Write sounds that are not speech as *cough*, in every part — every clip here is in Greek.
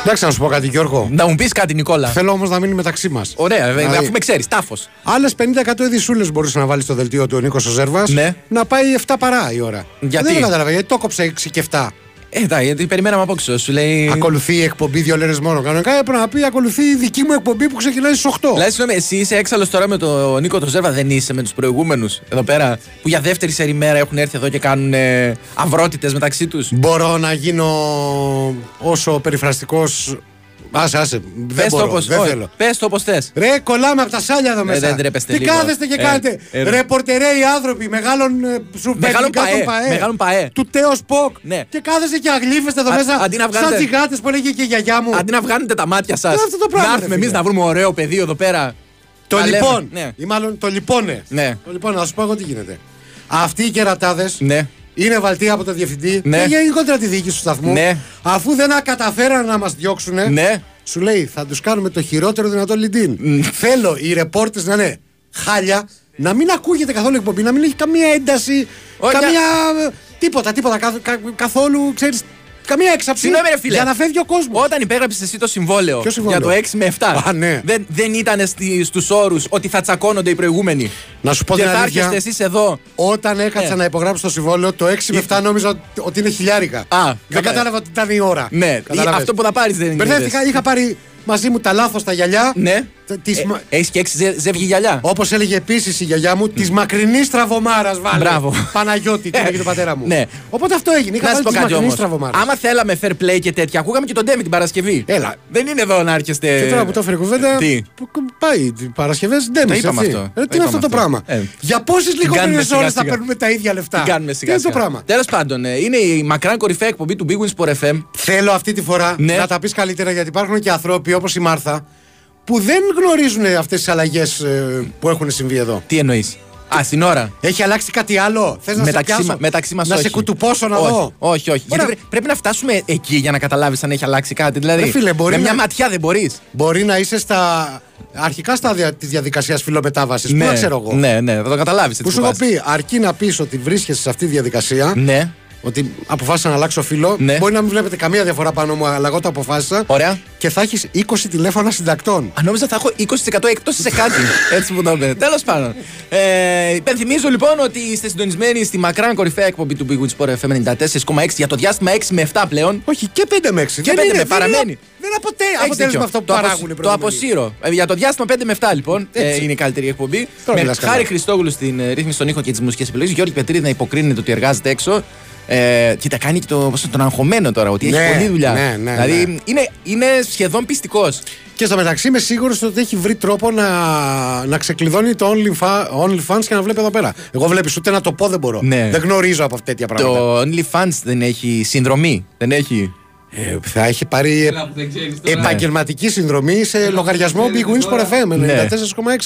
Εντάξει, να σου πω κάτι, Γιώργο. Να μου πεις κάτι, Νικόλα. Θέλω όμως να μείνει μεταξύ μας. Ωραία, Δηλαδή- αφού με ξέρεις, τάφος. Άλλες 50% ειδισούλε μπορούσε να βάλεις στο δελτίο του ο Νίκος Ζέρβα Ναι. να πάει 7 παρά η ώρα. Γιατί? Δεν το καταλαβαίνω, γιατί το κόψε 6 και 7. Ε, εντάξει, γιατί περιμέναμε απόξω. Σου λέει. Ακολουθεί η εκπομπή δύο λέρες μόνο. Κανονικά έπρεπε να πει ακολουθεί η δική μου εκπομπή που ξεκινάει στις 8. Δηλαδή, συγγνώμη, εσύ είσαι έξαλλος τώρα με τον Νίκο Τροζέρβα, δεν είσαι με τους προηγούμενους εδώ πέρα που για δεύτερη σερή μέρα έχουν έρθει εδώ και κάνουν ε, αυρότητες μεταξύ τους. Μπορώ να γίνω όσο περιφραστικός. Άσε, άσε. Δεν μπορώ, δεν θέλω. Πες το όπως θες. Ρε, κολλάμε από τα σάλια εδώ μέσα. Ε, δεν τρέπεστε Τι λίγο. κάθεστε και Ε, κάνετε. ε, ρε. ρε, οι άνθρωποι μεγάλων ε, σου Μεγάλων παιδιά ΠαΕ, των ΠαΕ, μεγάλων ΠαΕ. Του Τέο Ποκ. Ναι. Και κάθεστε και αγλίφεστε εδώ Α- μέσα. αντί να βγάλετε- Σαν τσιγάτε που έλεγε και η γιαγιά μου. Αντί να βγάνετε τα μάτια σας, Αυτό το πράγμα, να ρε, έρθουμε φίλε. εμεί να βρούμε ωραίο πεδίο εδώ πέρα. Το Τα λέμε. λοιπόν. Ναι. Ή μάλλον το λοιπόνε. Ναι. Το λοιπόν, να σου πω εγώ τι γίνεται. Αυτοί οι κερατάδες Ναι. είναι βαλτοί από το διευθυντή Ναι. και γενικότερα τη διοίκηση του σταθμού. Ναι. Αφού δεν καταφέραν να μας διώξουν, Ναι. σου λέει θα τους κάνουμε το χειρότερο δυνατό λιντίν. Θέλω οι ρεπόρτες να είναι χάλια, να μην ακούγεται καθόλου η εκπομπή, να μην έχει καμία ένταση, Όχι, καμία. ε, τίποτα, τίποτα. καθ- κα- καθόλου, ξέρεις. Καμία έξαψη. Συγγνώμη, ρε φίλε. Για να φεύγει ο κόσμος. Όταν υπέγραψες εσύ το συμβόλαιο, Ποιο συμβόλαιο? για το 6 με 7, Α, ναι. δεν, δεν ήταν στους όρους ότι θα τσακώνονται οι προηγούμενοι. Να σου πω και την θα αλήθεια. έρχεστε εσείς εδώ. Όταν έκατσα Ναι. να υπογράψω το συμβόλαιο, το 6 με 7 νόμιζα ότι- ότι είναι χιλιάρικα. κατάλαβα. δεν κατάλαβα ότι ήταν η ώρα. Ναι, Κατάλαβες. αυτό που θα πάρεις δεν είναι. Μπερδεύτηκα, είχα πάρει μαζί μου τα λάθος τα γυαλιά. Ναι. Της... Ε, Έχεις και έξι ζε- ζεύγη γυαλιά. Όπως έλεγε επίσης η γιαγιά μου, της μακρινής τραβομάρας βάλε. Ναι. Μπράβο. Παναγιώτη, την έλεγε τον πατέρα μου. Ναι. Οπότε αυτό έγινε. Είχα Να σου βάλει πω της κάτι μακρινής όμως. τραβομάρας. Άμα θέλαμε fair play και τέτοια, ακούγαμε και τον Ντέμι την Παρασκευή. Έλα. Δεν είναι εδώ να έρχεστε. Και τώρα που το έφερε η κουβέντα. Ε, Τι. που- που- Πάει. Παρασκευέ δεν Το είπαμε αυτό. Το Τι είναι είπαμε αυτό το αυτό. πράγμα. Ε. Για πόσες κάνουμε λιγότερε σιγά ώρες θα σιγά. παίρνουμε τα ίδια λεφτά. Τι κάνουμε σιγά. Τι είναι το πράγμα. Τέλος πάντων, ε, είναι η μακράν κορυφαία εκπομπή του Big Wins for FM. Θέλω αυτή τη φορά Ναι. να τα πεις καλύτερα γιατί υπάρχουν και άνθρωποι όπως η Μάρθα που δεν γνωρίζουν αυτές τις αλλαγές ε, που έχουν συμβεί εδώ. Τι εννοείς. Α, στην ώρα. Έχει αλλάξει κάτι άλλο. Θες να σε Μεταξύ, πιάσω. μα- μεταξύ μας να σε κουτουπώσω να όχι, δω. Όχι, όχι. Ωραία. Γιατί πρέ- πρέπει να φτάσουμε εκεί για να καταλάβεις αν έχει αλλάξει κάτι. Δηλαδή, Ρε φίλε, μπορεί με μια να- ματιά δεν μπορείς. Μπορεί να είσαι στα αρχικά στάδια της διαδικασίας φιλομετάβασης. Πού να ξέρω εγώ. Ναι, ναι, θα το καταλάβεις. Που σου έχω πει, αρκεί να πεις ότι βρίσκεσαι σε αυτή τη διαδικασία, Ναι. ότι αποφάσισα να αλλάξω φίλο. Ναι. Μπορεί να μην βλέπετε καμία διαφορά πάνω μου, αλλά εγώ το αποφάσισα. Ωραία. Και θα έχεις 20 τηλέφωνα συντακτών. Αν νόμιζα θα έχω 20% έκπτωση σε *laughs* κάτι. Έτσι που το είπε. Τέλος πάντων. Ε, υπενθυμίζω λοιπόν ότι είστε συντονισμένοι στη μακράν κορυφαία εκπομπή του Big Win Sport FM 94,6 για το διάστημα 6 με 7 πλέον. Όχι, και 5 με 6. Και πέντε με, παραμένει. Δεν αποτε, Έχεις δίκιο. αποτέλεσμα αυτό που το αποσ- παράγουν οι Το προηγούμενοι. αποσύρω. Ε, για το διάστημα 5 με 7 λοιπόν ε, Έτσι. είναι η καλύτερη εκπομπή. Τώρα με μιλάς καλά. χάρη Χριστόγλου στην ε, ρύθμιση των ήχων και τις μουσικές επιλογές. Γιώργη Πετρίδη να υποκρίνεται ότι εργάζεται έξω. Ε, και τα κάνει και το, πώς είναι, τον αγχωμένο τώρα, ότι Ναι, έχει πολλή δουλειά. ναι, ναι, δηλαδή ναι. Είναι, είναι σχεδόν πιστικός. Και στο μεταξύ είμαι σίγουρος ότι έχει βρει τρόπο να, να ξεκλειδώνει το OnlyFa- OnlyFans και να βλέπει εδώ πέρα. Εγώ βλέπεις ούτε να το πω δεν μπορώ. Ναι. Δεν γνωρίζω από τέτοια πράγματα. Το OnlyFans δεν έχει συνδρομή. Δεν έχει. Ε, θα έχει πάρει ε, που δεν ξέρεις τώρα. επαγγελματική συνδρομή σε λογαριασμό Big ξέρετε Wins for τώρα. FM 94,6.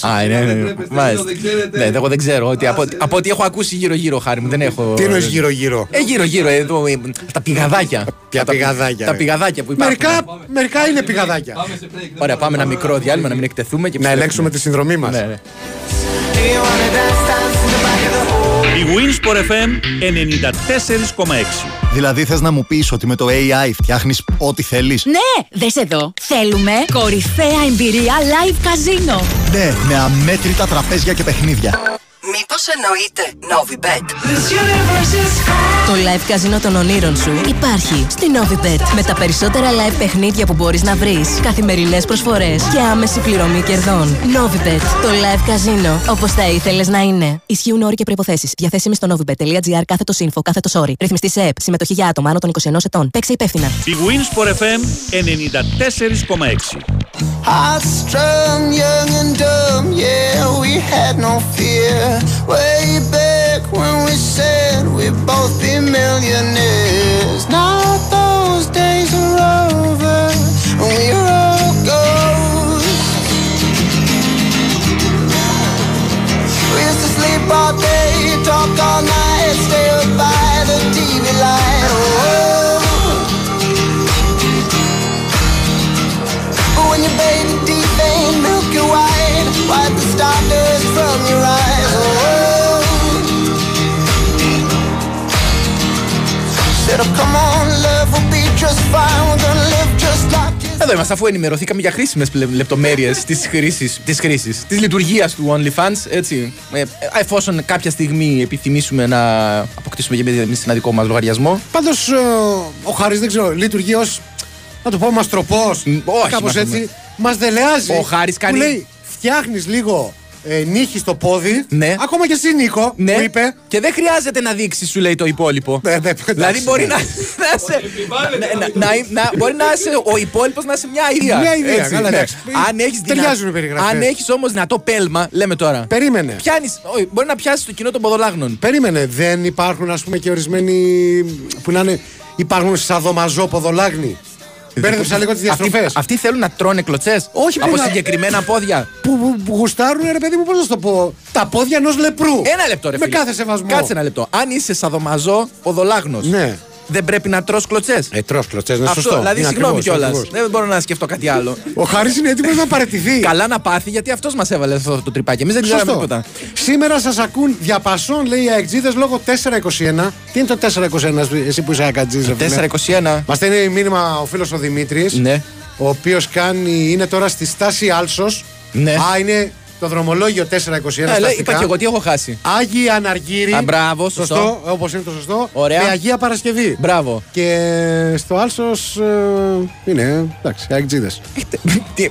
Ναι. Α, είναι, Δεν ναι, πρέπει, μάλιστα. δεν ξέρετε. Ναι, εγώ δεν ξέρω. Ότι, από, Άσε. από ό,τι έχω ακούσει γύρω-γύρω, χάρη μου, δεν έχω. Τι εννοείς γύρω-γύρω. Ε, γύρω-γύρω, εδώ, ε, τα πηγαδάκια. Ποια Τα- πηγαδάκια, Τα ρε. πηγαδάκια που υπάρχουν. Μερικά, Πάμε. μερικά Πάμε είναι σε break. πηγαδάκια. Πάμε σε break. Δεν Ωραία, πάμε ένα να μικρό διάλειμμα να μην εκτεθούμε και Να επιστρέφουμε. ελέγξουμε τη συνδρομή μας. Ναι, ναι. Η Winsport FM 94,6. Δηλαδή θες να μου πεις ότι με το AI φτιάχνεις ό,τι θέλεις. Ναι, δες εδώ. Θέλουμε κορυφαία εμπειρία live καζίνο. Ναι, με αμέτρητα τραπέζια και παιχνίδια. Μήπως εννοείται Novibet. Το live καζίνο των ονείρων σου υπάρχει στη Novibet. Με τα περισσότερα live παιχνίδια που μπορείς να βρεις, καθημερινές προσφορές και άμεση πληρωμή κερδών. Novibet. Το live καζίνο, όπως θα ήθελες να είναι. Ισχύουν όροι και προϋποθέσεις. Διαθέσιμη στο novibet.gr κάθετος info, κάθετος όροι. Ρυθμιστή σε ΕΠ. Συμμετοχή για άτομα άνω των 21 ετών. Παίξε υπεύθυνα. Η Winsport FM 94,6. Heartstrung, young and dumb, yeah, we had no fear. Way back when we said we'd both be millionaires. Now those days are over, and we're all ghosts. We used to sleep all day, talk all night, stay up by the TV light. Oh, But when you bathe in deep vein, milky white, wipe the stardust from your eyes. Oh, said, oh, come on, Τότε μα, αφού ενημερωθήκαμε για χρήσιμες λεπτομέρειες της χρήσης, της χρήσης, της λειτουργίας του OnlyFans, έτσι. Ε, ε, εφόσον κάποια στιγμή επιθυμήσουμε να αποκτήσουμε και εμεί ένα δικό μας λογαριασμό. Πάντως ε, ο Χάρης δεν ξέρω, λειτουργεί ως. Να το πω μαστροπός. Μ, όχι, Κάπως μάθαμε. έτσι. Μας δελεάζει. Ο Χάρης κάνει- Του λέει, φτιάχνεις λίγο ε, νύχη στο πόδι. Ναι. Ακόμα και εσύ Νίκο Ναι, που είπε. και δεν χρειάζεται να δείξεις, σου λέει το υπόλοιπο. Ναι, ναι, εντάξει. δηλαδή μπορεί να, *laughs* να είσαι. να- να- να- να- μπορεί να είσαι ο υπόλοιπος να είσαι μια ιδέα. Ναι. Μια ιδέα, καλά, εντάξει. Αν έχεις δυνα- Ταιριάζουν οι περιγραφές. Αν έχεις όμως δυνατό πέλμα, λέμε τώρα. Περίμενε. Πιάνεις, όχι, μπορεί να πιάσεις το κοινό των ποδολάγνων. Περίμενε, δεν υπάρχουν ας πούμε και ορισμένοι που να είναι. Υπάρχουν σαν δωμαζό ποδολάγνη. Ε, Μπέρδεψα λίγο τις διαστροφές. Αυτοί, αυτοί θέλουν να τρώνε κλωτσές. Όχι, Από πρέπει να- συγκεκριμένα πόδια. Που, που, που γουστάρουν, ρε παιδί μου, πώς να σου το πω. Τα πόδια ενός λεπρού. Ένα λεπτό, ρε Με φίλε. κάθε σεβασμό. Κάτσε ένα λεπτό. Αν είσαι σαδομαζό ποδολάγνο, Ναι. δεν πρέπει να τρώ κλωτσές. Ε, τρως κλωτσές, ναι, Αυτό, σωστό. δηλαδή, Είναι συγγνώμη ακριβώς, κιόλας. ακριβώς. Δεν μπορώ να σκεφτώ κάτι άλλο. Ο Χάρης είναι έτοιμος να παραιτηθεί. Καλά να πάθει γιατί αυτός μας έβαλε αυτό το τρυπάκι. Εμείς δεν ξέραμε Σωστό. τίποτα. Σήμερα σας ακούν διαπασών, λέει οι αεκτζίδες, λόγω 421. Τι είναι το 421, σου- εσύ που είσαι αεκτζίδες. 4-21. Μας στέλνει μήνυμα ο φίλος ο Δημήτρης. Ναι. Ο οποίος κάνει, είναι τώρα στη στάση Άλσος. Ναι. Α, είναι το δρομολόγιο 421. Ε, λέει, στατικά. Είπα και εγώ τι έχω χάσει. Άγιοι Αναργύρι. Α, μπράβο, σωστό. Όπως είναι το σωστό. Ωραία. Με Αγία Παρασκευή. Μπράβο. Και στο Άλσος είναι. Εντάξει, αεκτζίδε. Ε,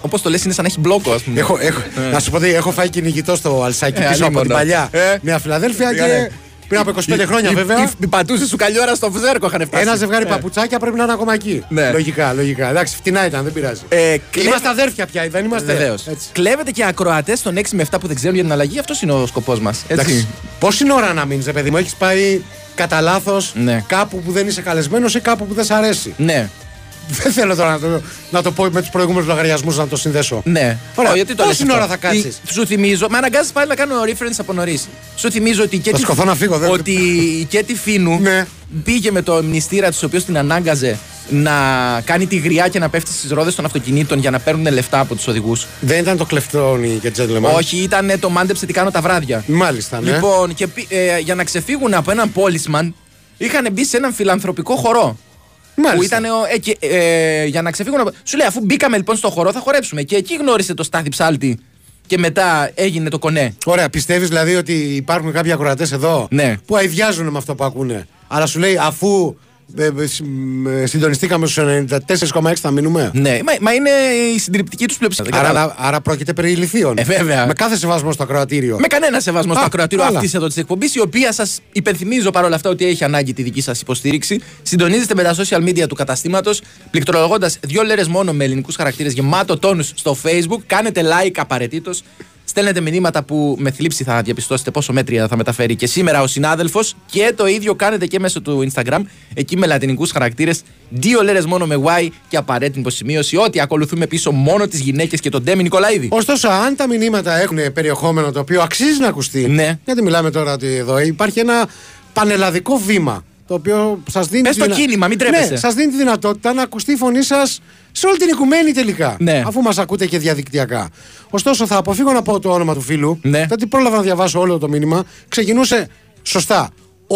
Όπω το λες, είναι σαν να έχει μπλόκο, ας πούμε. Έχω, έχω, Να σου πω ότι έχω φάει κυνηγητό στο Αλσάκι Ναι. Ε, πίσω από αλίμονο. την παλιά. Ε. Μια Φιλαδέλφια Ναι. και πριν από 25 χρόνια βέβαια. Η πατούσε σου καλλιόρα στο βουζέρκο είχαν φτάσει. Ένα ζευγάρι παπουτσάκια πρέπει να είναι ακόμα εκεί. Ναι. Λογικά, λογικά. Εντάξει, φτηνά ήταν, δεν πειράζει. Ε, κλε- Είμαστε αδέρφια πια, δεν είμαστε. Βεβαίως. Έτσι. Κλέβετε Ε, και ακροατές των 6 με 7 που δεν ξέρουν για την αλλαγή. Αυτός είναι ο σκοπός μας. Εντάξει. Πόση ώρα να μείνεις, παιδί μου, έχεις πάει κατά λάθος Ναι. κάπου που δεν είσαι καλεσμένος ή κάπου που δεν σ' αρέσει. *laughs* Ναι. Δεν θέλω τώρα να το, να το πω με τους προηγούμενους λογαριασμούς να το συνδέσω. Ναι. Ωραία, Ω, γιατί το πόση λες αυτό? ώρα θα κάτσεις? Ε, Σου θυμίζω, με αναγκάζει πάλι να κάνω reference από νωρίς. Σου θυμίζω ότι και Θα τη- σκοθώ να φύγω, δεν- ότι η Κέτι Φίνου Ναι. πήγε με το μνηστήρα της, ο οποίος την ανάγκαζε να κάνει τη γριά και να πέφτει στις ρόδες των αυτοκινήτων για να παίρνουν λεφτά από τους οδηγούς. Δεν ήταν το κλεφτόνι και gentleman. Όχι, ήταν το μάντεψε τι κάνω τα βράδια. Μάλιστα, ναι. Λοιπόν, και πι- ε, για να ξεφύγουν από έναν πόλισμαν, είχαν μπει σε έναν φιλανθρωπικό χορό. Μάλιστα. Που ήταν ο- ε, και, ε, για να ξεφύγουν από. Σου λέει, αφού μπήκαμε λοιπόν στο χορό, θα χορέψουμε. Και εκεί γνώρισε το Στάθη Ψάλτη και μετά έγινε το κονέ. Ωραία, πιστεύεις δηλαδή ότι υπάρχουν κάποιοι ακροατές εδώ Ναι. που αειδιάζουν με αυτό που ακούνε. Αλλά σου λέει αφού ε, ε, συ- ε, συντονιστήκαμε στους 94,6 θα μείνουμε. Ναι, μα, μα είναι η συντριπτική τους πλειοψηφία. Άρα, Κατάλαβα. άρα, πρόκειται περί ηλικίων. Ε, βέβαια. Με κάθε σεβασμό στο ακροατήριο. Με κανένα σεβασμό στο Α, ακροατήριο καλά. αυτής εδώ της εκπομπής, η οποία σας υπενθυμίζω παρόλα αυτά ότι έχει ανάγκη τη δική σας υποστήριξη. Συντονίζετε με τα social media του καταστήματος, πληκτρολογώντας δύο λέρες μόνο με ελληνικούς χαρακτήρες γεμάτο τόνους στο Facebook. Κάνετε like απαραίτητος. Στέλνετε μηνύματα που με θλίψη θα διαπιστώσετε πόσο μέτρια θα μεταφέρει και σήμερα ο συνάδελφος. Και το ίδιο κάνετε και μέσω του Instagram, εκεί με λατινικούς χαρακτήρες. Δύο λέρες μόνο με Y και απαραίτητη υποσημείωση ότι ακολουθούμε πίσω μόνο τις γυναίκες και τον Ντέμι Νικολαίδη. Ωστόσο, αν τα μηνύματα έχουν περιεχόμενο το οποίο αξίζει να ακουστεί. Ναι. Γιατί μιλάμε τώρα ότι εδώ υπάρχει ένα πανελλαδικό βήμα. Το οποίο σας δίνει. Πες τη το κίνημα, μην τρέπεσαι. Ναι, σας δίνει τη δυνατότητα να ακουστεί η φωνή σας σε όλη την οικουμένη τελικά. Ναι. Αφού μας ακούτε και διαδικτυακά. Ωστόσο, θα αποφύγω να πω το όνομα του φίλου. Ναι. Γιατί πρόλαβα να διαβάσω όλο το μήνυμα. Ξεκινούσε σωστά.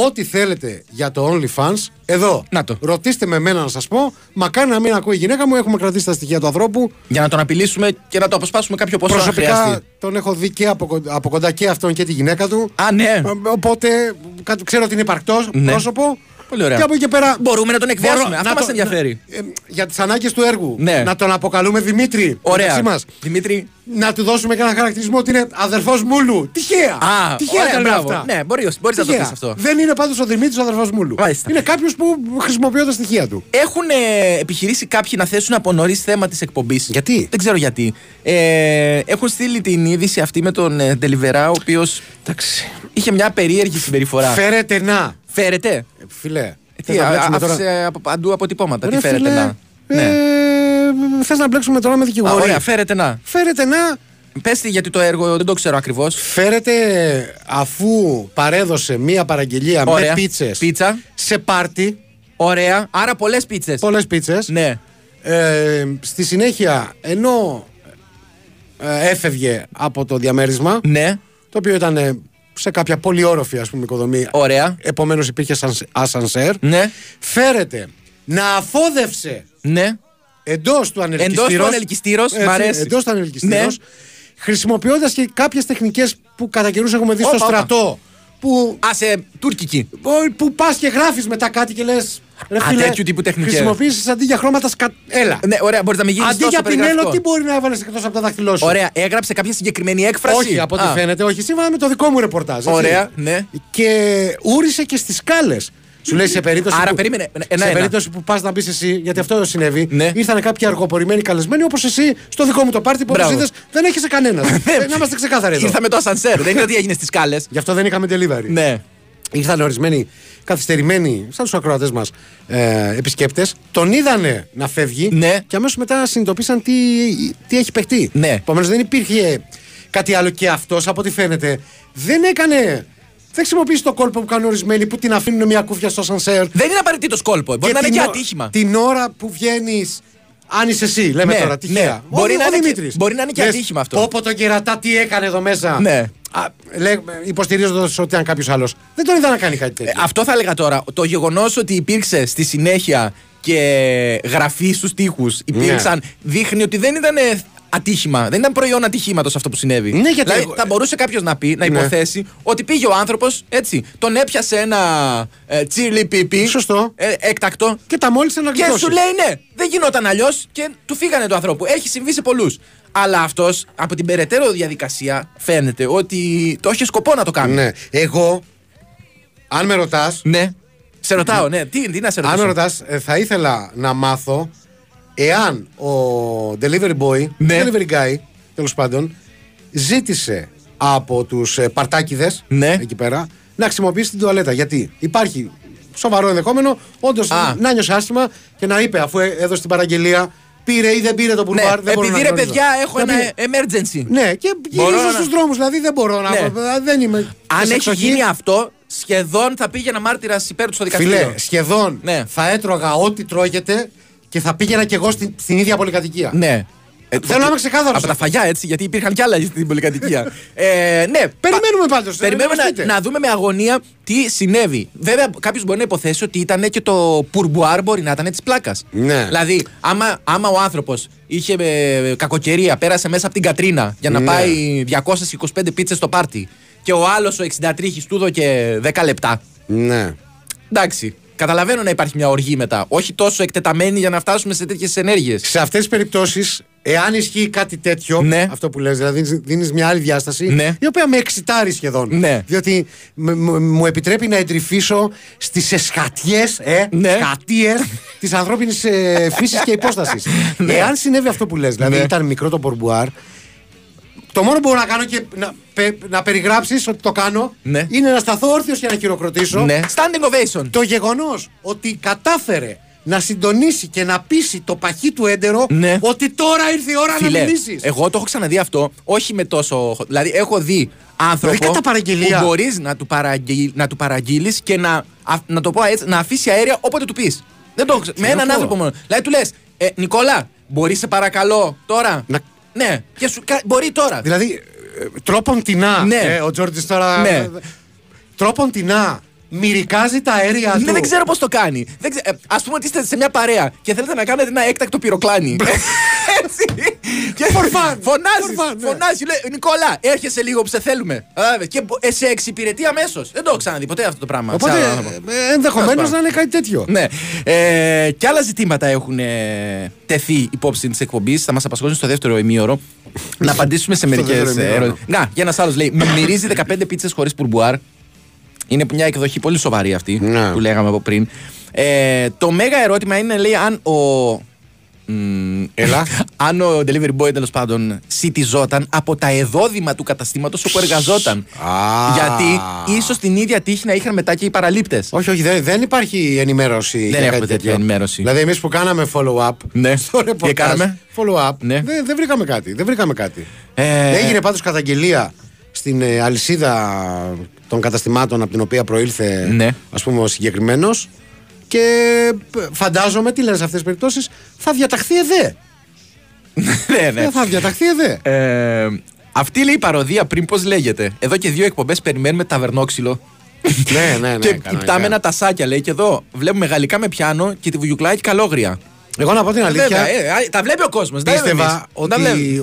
Ό,τι θέλετε για το OnlyFans, εδώ. Να το. Ρωτήστε με εμένα να σας πω. Μακάρι να μην ακούει η γυναίκα μου. Έχουμε κρατήσει τα στοιχεία του ανθρώπου. Για να τον απειλήσουμε και να το αποσπάσουμε κάποιο ποσό αν Προσωπικά χρειαστεί. τον έχω δει και από, κον- από κοντά και αυτόν και τη γυναίκα του. Α, ναι. Ε, Οπότε κα- ξέρω ότι είναι υπαρκτός Ναι. πρόσωπο. Πολύ ωραία. Και από εκεί και πέρα. Μπορούμε να τον εκβιάσουμε. Μπορώ- Αυτό να μας το- ενδιαφέρει. να- ε, για τις ανάγκες του έργου. Ναι. Να τον αποκαλούμε Δημήτρη. Ωραία. μεταξύ μας. Δημήτρη. Να του δώσουμε και ένα χαρακτηρισμό ότι είναι αδερφός Μούλου. Τυχαία. Α, Τυχαία ωραία, τα λέω μπράβο. αυτά. Ναι, μπορείς- μπορείς να το Τυχαία. πεις αυτό. Δεν είναι πάντως ο Δημήτρης ο αδερφός Μούλου. Μάλιστα. Είναι κάποιος που χρησιμοποιεί τα στοιχεία του. Έχουν ε, επιχειρήσει κάποιοι να θέσουν από νωρίς θέμα της εκπομπής. Γιατί? Δεν ξέρω γιατί. Ε, έχουν στείλει την είδηση αυτή με τον ε, Ντελιβερά, ο οποίος είχε μια περίεργη συμπεριφορά. Φέρετε να. Φέρετε. Ε, Φιλέ. Τι, θες να α- μπλέξουμε τώρα- άφησε από παντού αποτυπώματα. Ρε Τι φέρετε φίλε, να. Ναι. ε, Θες να μπλέξουμε τώρα με Α, δικηγόρο. Ωραία, φέρετε να. Φέρετε να. Πες τη γιατί το έργο δεν το ξέρω ακριβώς. Φέρετε αφού παρέδωσε μία παραγγελία Ωραία. με πίτσες. Πίτσα. Σε πάρτι. Ωραία. Άρα πολλές πίτσες. Πολλές πίτσες. Ναι. ε, στη συνέχεια, ενώ ε, έφευγε από το διαμέρισμα, Ναι. το οποίο ήταν ε, σε κάποια πολύ όροφη ας πούμε, οικοδομή. Ωραία. Επομένως υπήρχε σαν- ασανσέρ. Ναι. Φέρετε να αφόδευσε Ναι. Εντός του ανελκυστήρω. Εντός του ανελκυστήρως, μ' αρέσει. Εντός του ανελκυστήρω. Ναι. Χρησιμοποιώντας και κάποιες τεχνικές που κατά καιρούς έχουμε δει στο Όπα, όπα. στρατό. Που, Α, σε τουρκική. ό, που πας και γράφεις μετά κάτι και λες. Ρε Α, φίλε, τέτοιου τύπου τεχνικές. Χρησιμοποιήσει αντί για χρώματα. Σκα... Έλα. Ναι, ωραία, μπορείς να με γίνει αντί για πινέλο, τι μπορεί να έβαλες εκτός από τα δάχτυλό σου. Ωραία, έγραψε κάποια συγκεκριμένη έκφραση. Όχι, από ό,τι Α, φαίνεται, όχι. Σύμφωνα με το δικό μου ρεπορτάζ. έτσι. Ωραία, ναι. Και ούρισε και στις σκάλες. Σου λέει σε περίπτωση. Άρα που, περίμενε, ένα-ένα. σε περίπτωση που πας να μπει εσύ, γιατί αυτό συνέβη, Ναι. ήρθαν κάποιοι αργοπορημένοι καλεσμένοι όπως εσύ στο δικό μου το πάρτι που όπω Μπράβο. Ναι. είδες δεν έχεις κανένα. *laughs* Ε, να είμαστε ξεκάθαροι εδώ. Ήρθαμε το ασανσέρ. Δεν είναι ότι έγινε στις κάλε. Γι' αυτό δεν είχαμε delivery. Ναι. Ήρθαν ορισμένοι καθυστερημένοι, σαν τους ακροατές μας, ε, επισκέπτες. Τον είδανε να φεύγει Ναι. και αμέσως μετά συνειδητοποίησαν τι, τι έχει παιχτεί. Ναι. Επομένως δεν υπήρχε κάτι άλλο και αυτός από ό,τι φαίνεται. Δεν έκανε. Δεν χρησιμοποίησε το κόλπο που κάνουν ορισμένοι που την αφήνουν μια κούφια στο σανσέρ. Δεν είναι απαραίτητος κόλπο. Μπορεί να είναι και ατύχημα. Την ώρα που βγαίνεις. Αν είσαι εσύ, λέμε Ναι, τώρα, τυχαία. ναι. Μπορεί να είναι και- Δημήτρης. μπορεί να είναι και Λες, ατύχημα αυτό. Πω πω τον κερατά τι έκανε εδώ μέσα. Ναι. Α, λέ- υποστηρίζοντας ότι ήταν κάποιος άλλος. Δεν τον είδα να κάνει κάτι τέτοιο. Ε, Αυτό θα έλεγα τώρα. Το γεγονός ότι υπήρξε στη συνέχεια και γραφή στους τοίχους υπήρξαν Ναι. δείχνει ότι δεν ήταν ε, ατύχημα. Δεν ήταν προϊόν ατυχήματος αυτό που συνέβη. Ναι, γιατί Δηλαδή, εγώ- θα μπορούσε κάποιος να πει, να Ναι. υποθέσει ότι πήγε ο άνθρωπος έτσι. Τον έπιασε ένα ε, τσίρλι πιπί. Σωστό. ε, έκτακτο. Και τα μόλις να Και γλιτώσει. σου λέει ναι, δεν γινόταν αλλιώς και του φύγανε του ανθρώπου. Έχει συμβεί σε πολλούς. Αλλά αυτός από την περαιτέρω διαδικασία φαίνεται ότι το είχε σκοπό να το κάνει. Ναι. Εγώ, αν με ρωτάς, Ναι. Σε ρωτάω, ναι. Τι, τι να σε αν ρωτήσω. με ρωτάς, ε, θα ήθελα να μάθω εάν ο delivery boy, Ναι. delivery guy, τέλος πάντων, ζήτησε από τους ε, παρτάκιδες Ναι. εκεί πέρα να χρησιμοποιήσει την τουαλέτα. Γιατί υπάρχει σοβαρό ενδεχόμενο όντως Α. να νιώσει άσχημα και να είπε αφού ε- έδωσε την παραγγελία πήρε ή δεν πήρε το Ναι, μπουρμπάρ. δεν μπορώ επειδή να ρε γνωρίζω. παιδιά έχω Να ένα πήρε. emergency. Ναι, και Μπορώ γυρίζω να- στους δρόμους, δηλαδή δεν μπορώ να... Ναι. Δεν είμαι... Αν σε έχει εξοχή. γίνει αυτό, σχεδόν θα πήγαινα μάρτυρας υπέρ του στο δικαστήριο. Φίλε, σχεδόν Ναι. θα έτρωγα ό,τι τρώγεται και θα πήγαινα κι εγώ στην, στην ίδια πολυκατοικία. Ναι. Ε, Θέλω να είμαι ξεκάθαρος. Από τα φαγιά έτσι, γιατί υπήρχαν κι άλλα στην πολυκατοικία. ε, ναι, Περιμένουμε πάντως, ε, Περιμένουμε να μας να, πείτε. να δούμε με αγωνία τι συνέβη. Βέβαια, κάποιος μπορεί να υποθέσει ότι ήταν και το πουρμπουάρ μπορεί να ήταν της πλάκας. Ναι. Δηλαδή, άμα, άμα ο άνθρωπος είχε ε, κακοκαιρία, πέρασε μέσα από την Κατρίνα για να Ναι. πάει 225 πίτσες στο πάρτι και ο άλλος ο 63 του δώκε 10 λεπτά. Ναι. Εντάξει. Καταλαβαίνω να υπάρχει μια οργή μετά. Όχι τόσο εκτεταμένη για να φτάσουμε σε τέτοιες ενέργειες. Σε αυτές τις περιπτώσεις, εάν ισχύει κάτι τέτοιο, Ναι. αυτό που λες, δηλαδή δίνεις μια άλλη διάσταση, Ναι. η οποία με εξητάρει σχεδόν. Ναι. Διότι μ- μ- μου επιτρέπει να εντρυφήσω στις εσχατιές, ε, Ναι. *laughs* σκατίες της ανθρώπινης ε, φύσης και υπόστασης. Εάν συνέβη αυτό που λες, δηλαδή Ναι. ήταν μικρό το μπορμπουάρ, το μόνο που μπορώ να κάνω και να, πε, να περιγράψεις ότι το κάνω Ναι. είναι να σταθώ όρθιος και να χειροκροτήσω Ναι. Standing ovation. το γεγονός ότι κατάφερε να συντονίσει και να πείσει το παχύ του έντερο Ναι. ότι τώρα ήρθε η ώρα να μιλήσεις. εγώ το έχω ξαναδεί αυτό, όχι με τόσο. χο- Δηλαδή, έχω δει άνθρωπο Δηλαδή, κατά παραγγελία. που μπορείς να του, παραγγείλ, να του παραγγείλεις και να, α- να το πω έτσι, να αφήσει αέρια όποτε του πεις. Δεν το έχω ξα- Με έναν αυτό? άνθρωπο μόνο. Δηλαδή, του λες, ε, Νικόλα, μπορείς σε παρακαλώ τώρα. Να- Ναι, και σου, κα- μπορεί τώρα. Δηλαδή, ε, τρόπον τεινά. Ναι. Ε, ο Τζόρτζης τώρα. Ναι. Τρόπον τεινά. Μυρικάζει τα αέρια Ναι, του. δεν ξέρω πώς το κάνει. Δεν ξε... Ας πούμε ότι είστε σε μια παρέα και θέλετε να κάνετε ένα έκτακτο πυροκλάνι. *laughs* Έτσι. Και For fun. Φωνάζεις. For fun, ναι. Φωνάζεις. Λέει Νικόλα, έρχεσαι λίγο που σε θέλουμε. Κατάλαβες. Και μπο- ε, σε εξυπηρετεί αμέσως. Δεν το έχω ξαναδεί ποτέ αυτό το πράγμα. σε Οπότε άλλον άνθρωπο. ενδεχομένως Τέλος να είναι κάτι τέτοιο. Ναι. Ε, και άλλα ζητήματα έχουν ε, τεθεί υπόψη της εκπομπής. Θα μας απασχολήσουν στο δεύτερο ημίωρο. να απαντήσουμε σε μερικές δεύτερο ημίωρο. ναι. ερωτήσεις. Να, για ένας άλλος λέει: «Μ- Μυρίζει 15 πίτσες χωρίς πουρμπουάρ. Είναι μια εκδοχή πολύ σοβαρή αυτή Ναι. που λέγαμε από πριν. Ε, το μέγα ερώτημα είναι, λέει, αν ο. μ, Έλα. αν ο delivery boy τέλος πάντων σιτιζόταν από τα εδόδημα του καταστήματος όπου εργαζόταν. Α. Γιατί ίσως την ίδια τύχη να είχαν μετά και οι παραλήπτες. Όχι, όχι, δεν, δεν υπάρχει ενημέρωση. Δεν έχουμε τέτοια ενημέρωση. Δηλαδή, εμείς που κάναμε follow-up. Ναι. Στο Τι ρεπορτάζ, κάναμε? Follow-up. Ναι. Δεν, δεν βρήκαμε κάτι. Δεν βρήκαμε κάτι. Ε, Έγινε πάντως καταγγελία στην ε, αλυσίδα των καταστημάτων από την οποία προήλθε Ναι. ας πούμε ο συγκεκριμένος. Και ε, φαντάζομαι, τι λένε σε αυτές τις περιπτώσεις, θα διαταχθεί ΕΔΕ. ναι, ναι. Ε, Θα διαταχθεί *laughs* ΕΔΕ. Ε, αυτή λέει η παροδία πριν πώς λέγεται. Εδώ και δύο εκπομπές περιμένουμε ταβερνόξυλο. ναι, ναι, ναι. και κανονικά. κοιτάμε ένα τασάκια λέει και εδώ βλέπουμε γαλλικά με πιάνο και τη βουγιουκλάκι καλόγρια. Εγώ να πω την αλήθεια. Βέβαια, ε, α, τα βλέπει ο κόσμος. Πίστευα ότι